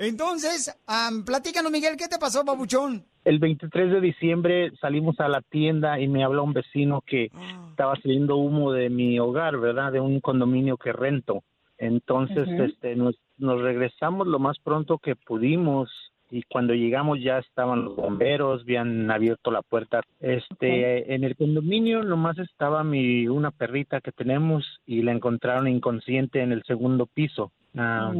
Entonces, am, platícanos, Miguel, ¿qué te pasó, babuchón? El 23 de diciembre salimos a la tienda y me habló un vecino que estaba saliendo humo de mi hogar, ¿verdad? De un condominio que rento. Entonces, Ujú. este, nos, nos regresamos lo más pronto que pudimos y cuando llegamos ya estaban los bomberos, habían abierto la puerta. pues. Este, en el condominio nomás estaba mi una perrita que tenemos y la encontraron inconsciente en el segundo piso. Ah,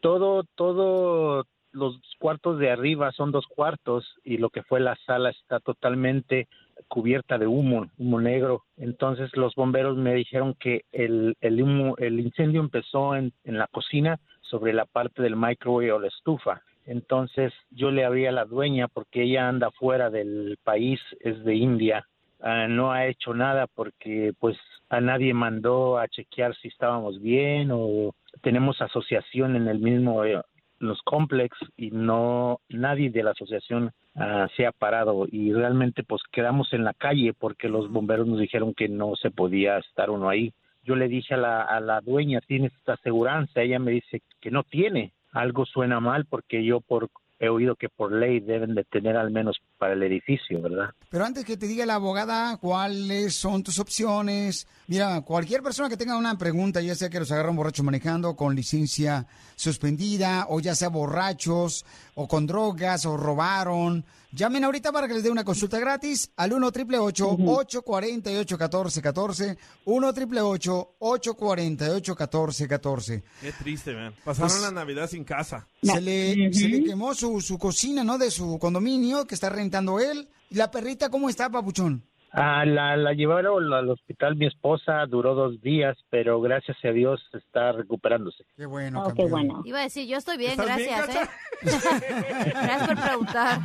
todo, todo los cuartos de arriba son dos cuartos y lo que fue la sala está totalmente cubierta de humo, humo negro. Entonces los bomberos me dijeron que el, el humo, el incendio empezó en, en la cocina sobre la parte del microwave o la estufa. Entonces yo le abrí a la dueña porque ella anda fuera del país, es de India. Ah, no ha hecho nada porque pues a nadie mandó a chequear si estábamos bien o tenemos asociación en el mismo eh, los complex y no nadie de la asociación ah, se ha parado y realmente pues quedamos en la calle porque los bomberos nos dijeron que no se podía estar uno ahí. Yo le dije a la, a la dueña, ¿tienes esta aseguranza? Ella me dice que no tiene. Algo suena mal porque yo por, he oído que por ley deben de tener al menos para el edificio, ¿verdad? Pero antes que te diga la abogada cuáles son tus opciones, mira, cualquier persona que tenga una pregunta, ya sea que los agarran borrachos manejando con licencia suspendida, o ya sea borrachos, o con drogas, o robaron, llamen ahorita para que les dé una consulta gratis al 1 888 848 1414 1 888 848 1414 Qué triste, man. Pasaron Pues- la Navidad sin casa. se le, se le quemó su, su cocina, ¿no? De su condominio que está rentando él. ¿Y la perrita cómo está, papuchón? Ah, la, la llevaron al hospital mi esposa, duró dos días, pero gracias a Dios está recuperándose. Qué bueno, campeón. Iba a decir, yo estoy bien, ¿Estás bien, gracias, ¿eh? gracias por preguntar.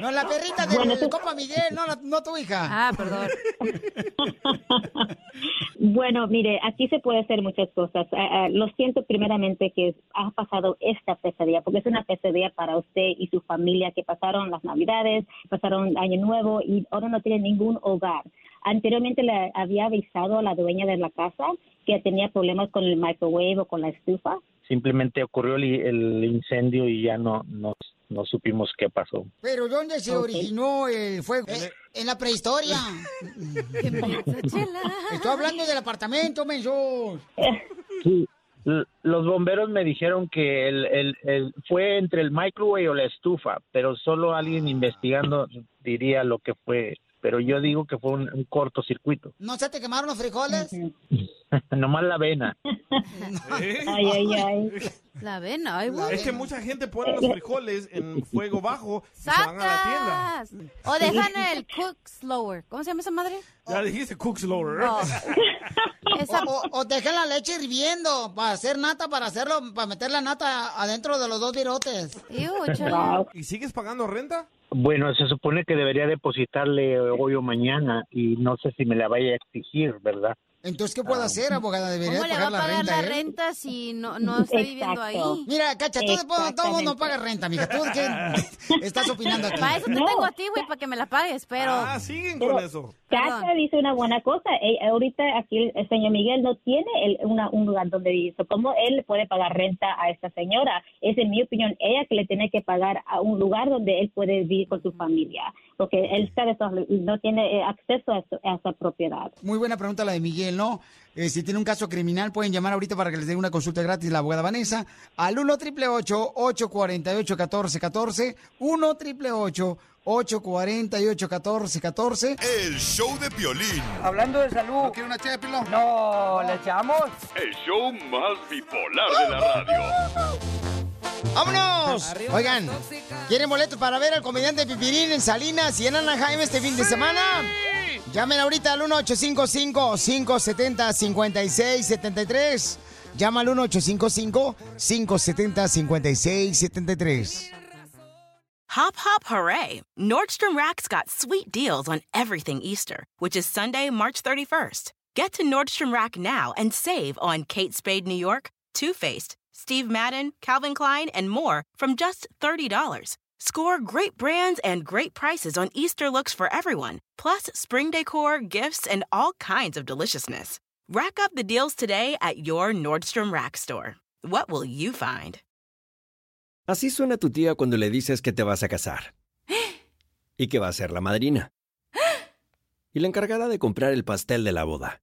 No, la perrita del Bueno, tú- compa Miguel, no, la- no tu hija. Ah, perdón. Bueno, mire, aquí se puede hacer muchas cosas. Ah, ah, lo siento primeramente que ha pasado esta pesadilla, porque es una pesadilla para usted y su familia que pasaron las Navidades, pasaron Año Nuevo y ahora no tiene ningún hogar. Anteriormente le había avisado a la dueña de la casa que tenía problemas con el microwave o con la estufa. Simplemente ocurrió el, el incendio y ya no, no, no supimos qué pasó. Pero ¿dónde se Ok. originó el fuego? Eh, en la prehistoria. Estoy hablando del apartamento, mensos. Sí, l- los bomberos me dijeron que el, el, el- fue entre el microwave o la estufa, pero solo alguien investigando diría lo que fue. Pero yo digo que fue un, un cortocircuito, ¿No se te quemaron los frijoles? nomás la vena. Ay, ay, ay. La ven, ay, güey. Es que mucha gente pone los frijoles en fuego bajo y se van a la tienda. ¡Sacas! O dejan el cook slower. ¿Cómo se llama esa madre? Ya dijiste Cook's Lower. No. O, o- o dejen la leche hirviendo para hacer nata, para hacerlo, para meter la nata adentro de los dos virotes. chale. ¿Y sigues pagando renta? Bueno, se supone que debería depositarle hoy o mañana y no sé si me la vaya a exigir, ¿verdad? Entonces, ¿qué puedo hacer, abogada? Debería ¿Cómo le va pagar a la pagar renta. la ¿eh? renta si no, no está viviendo ahí? Mira, cacha, tú después todo el mundo paga renta, mija. ¿Tú qué estás opinando aquí? Para eso te tengo a ti, güey, para que me la pagues, pero... Ah, siguen con Pero- eso. Cacha dice una buena cosa. Eh, ahorita aquí el, el señor Miguel no tiene el- una, un lugar donde vivir. So, ¿Cómo él le puede pagar renta a esta señora? Es, en mi opinión, ella que le tiene que pagar a un lugar donde él puede vivir con su familia. Porque él está desable- no tiene eh, acceso a, su- a esa propiedad. Muy buena pregunta la de Miguel, ¿no? Eh, si tiene un caso criminal, pueden llamar ahorita para que les dé una consulta gratis la abogada Vanessa al 1 888 848 1414 1 888 848 1414 El show de Piolín. Eh. Hablando de salud. ¿No quiere una ché de pilón? No, ¿le echamos? El show más bipolar de la radio. ¡Vámonos! Arriba Oigan, las ¿quieren boletos para ver al comediante Pipirín en Salinas y en Anaheim este fin de semana? Llamen ahorita al 1855-570-5673. Llama al 1855-570-5673. Hop, hop, hooray! Nordstrom Rack's got sweet deals on everything Easter, which is Sunday, March 31st. Get to Nordstrom Rack now and save on Kate Spade New York, Too Faced, Steve Madden, Calvin Klein, and more from just $30. Score great brands and great prices on Easter looks for everyone, plus spring decor, gifts, and all kinds of deliciousness. Rack up the deals today at your Nordstrom Rack store. What will you find? Así suena tu tía cuando le dices que te vas a casar. Y que va a ser la madrina. Y la encargada de comprar el pastel de la boda.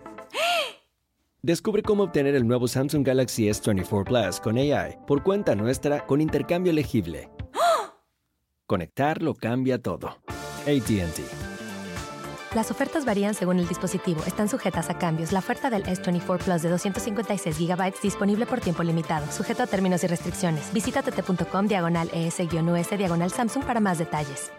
Descubre cómo obtener el nuevo Samsung Galaxy S24 Plus con AI por cuenta nuestra con intercambio elegible. Conectarlo cambia todo. ATT. Las ofertas varían según el dispositivo. Están sujetas a cambios. La oferta del S24 Plus de 256 GB disponible por tiempo limitado, sujeto a términos y restricciones. Visita tt.com diagonal es-us diagonal Samsung para más detalles.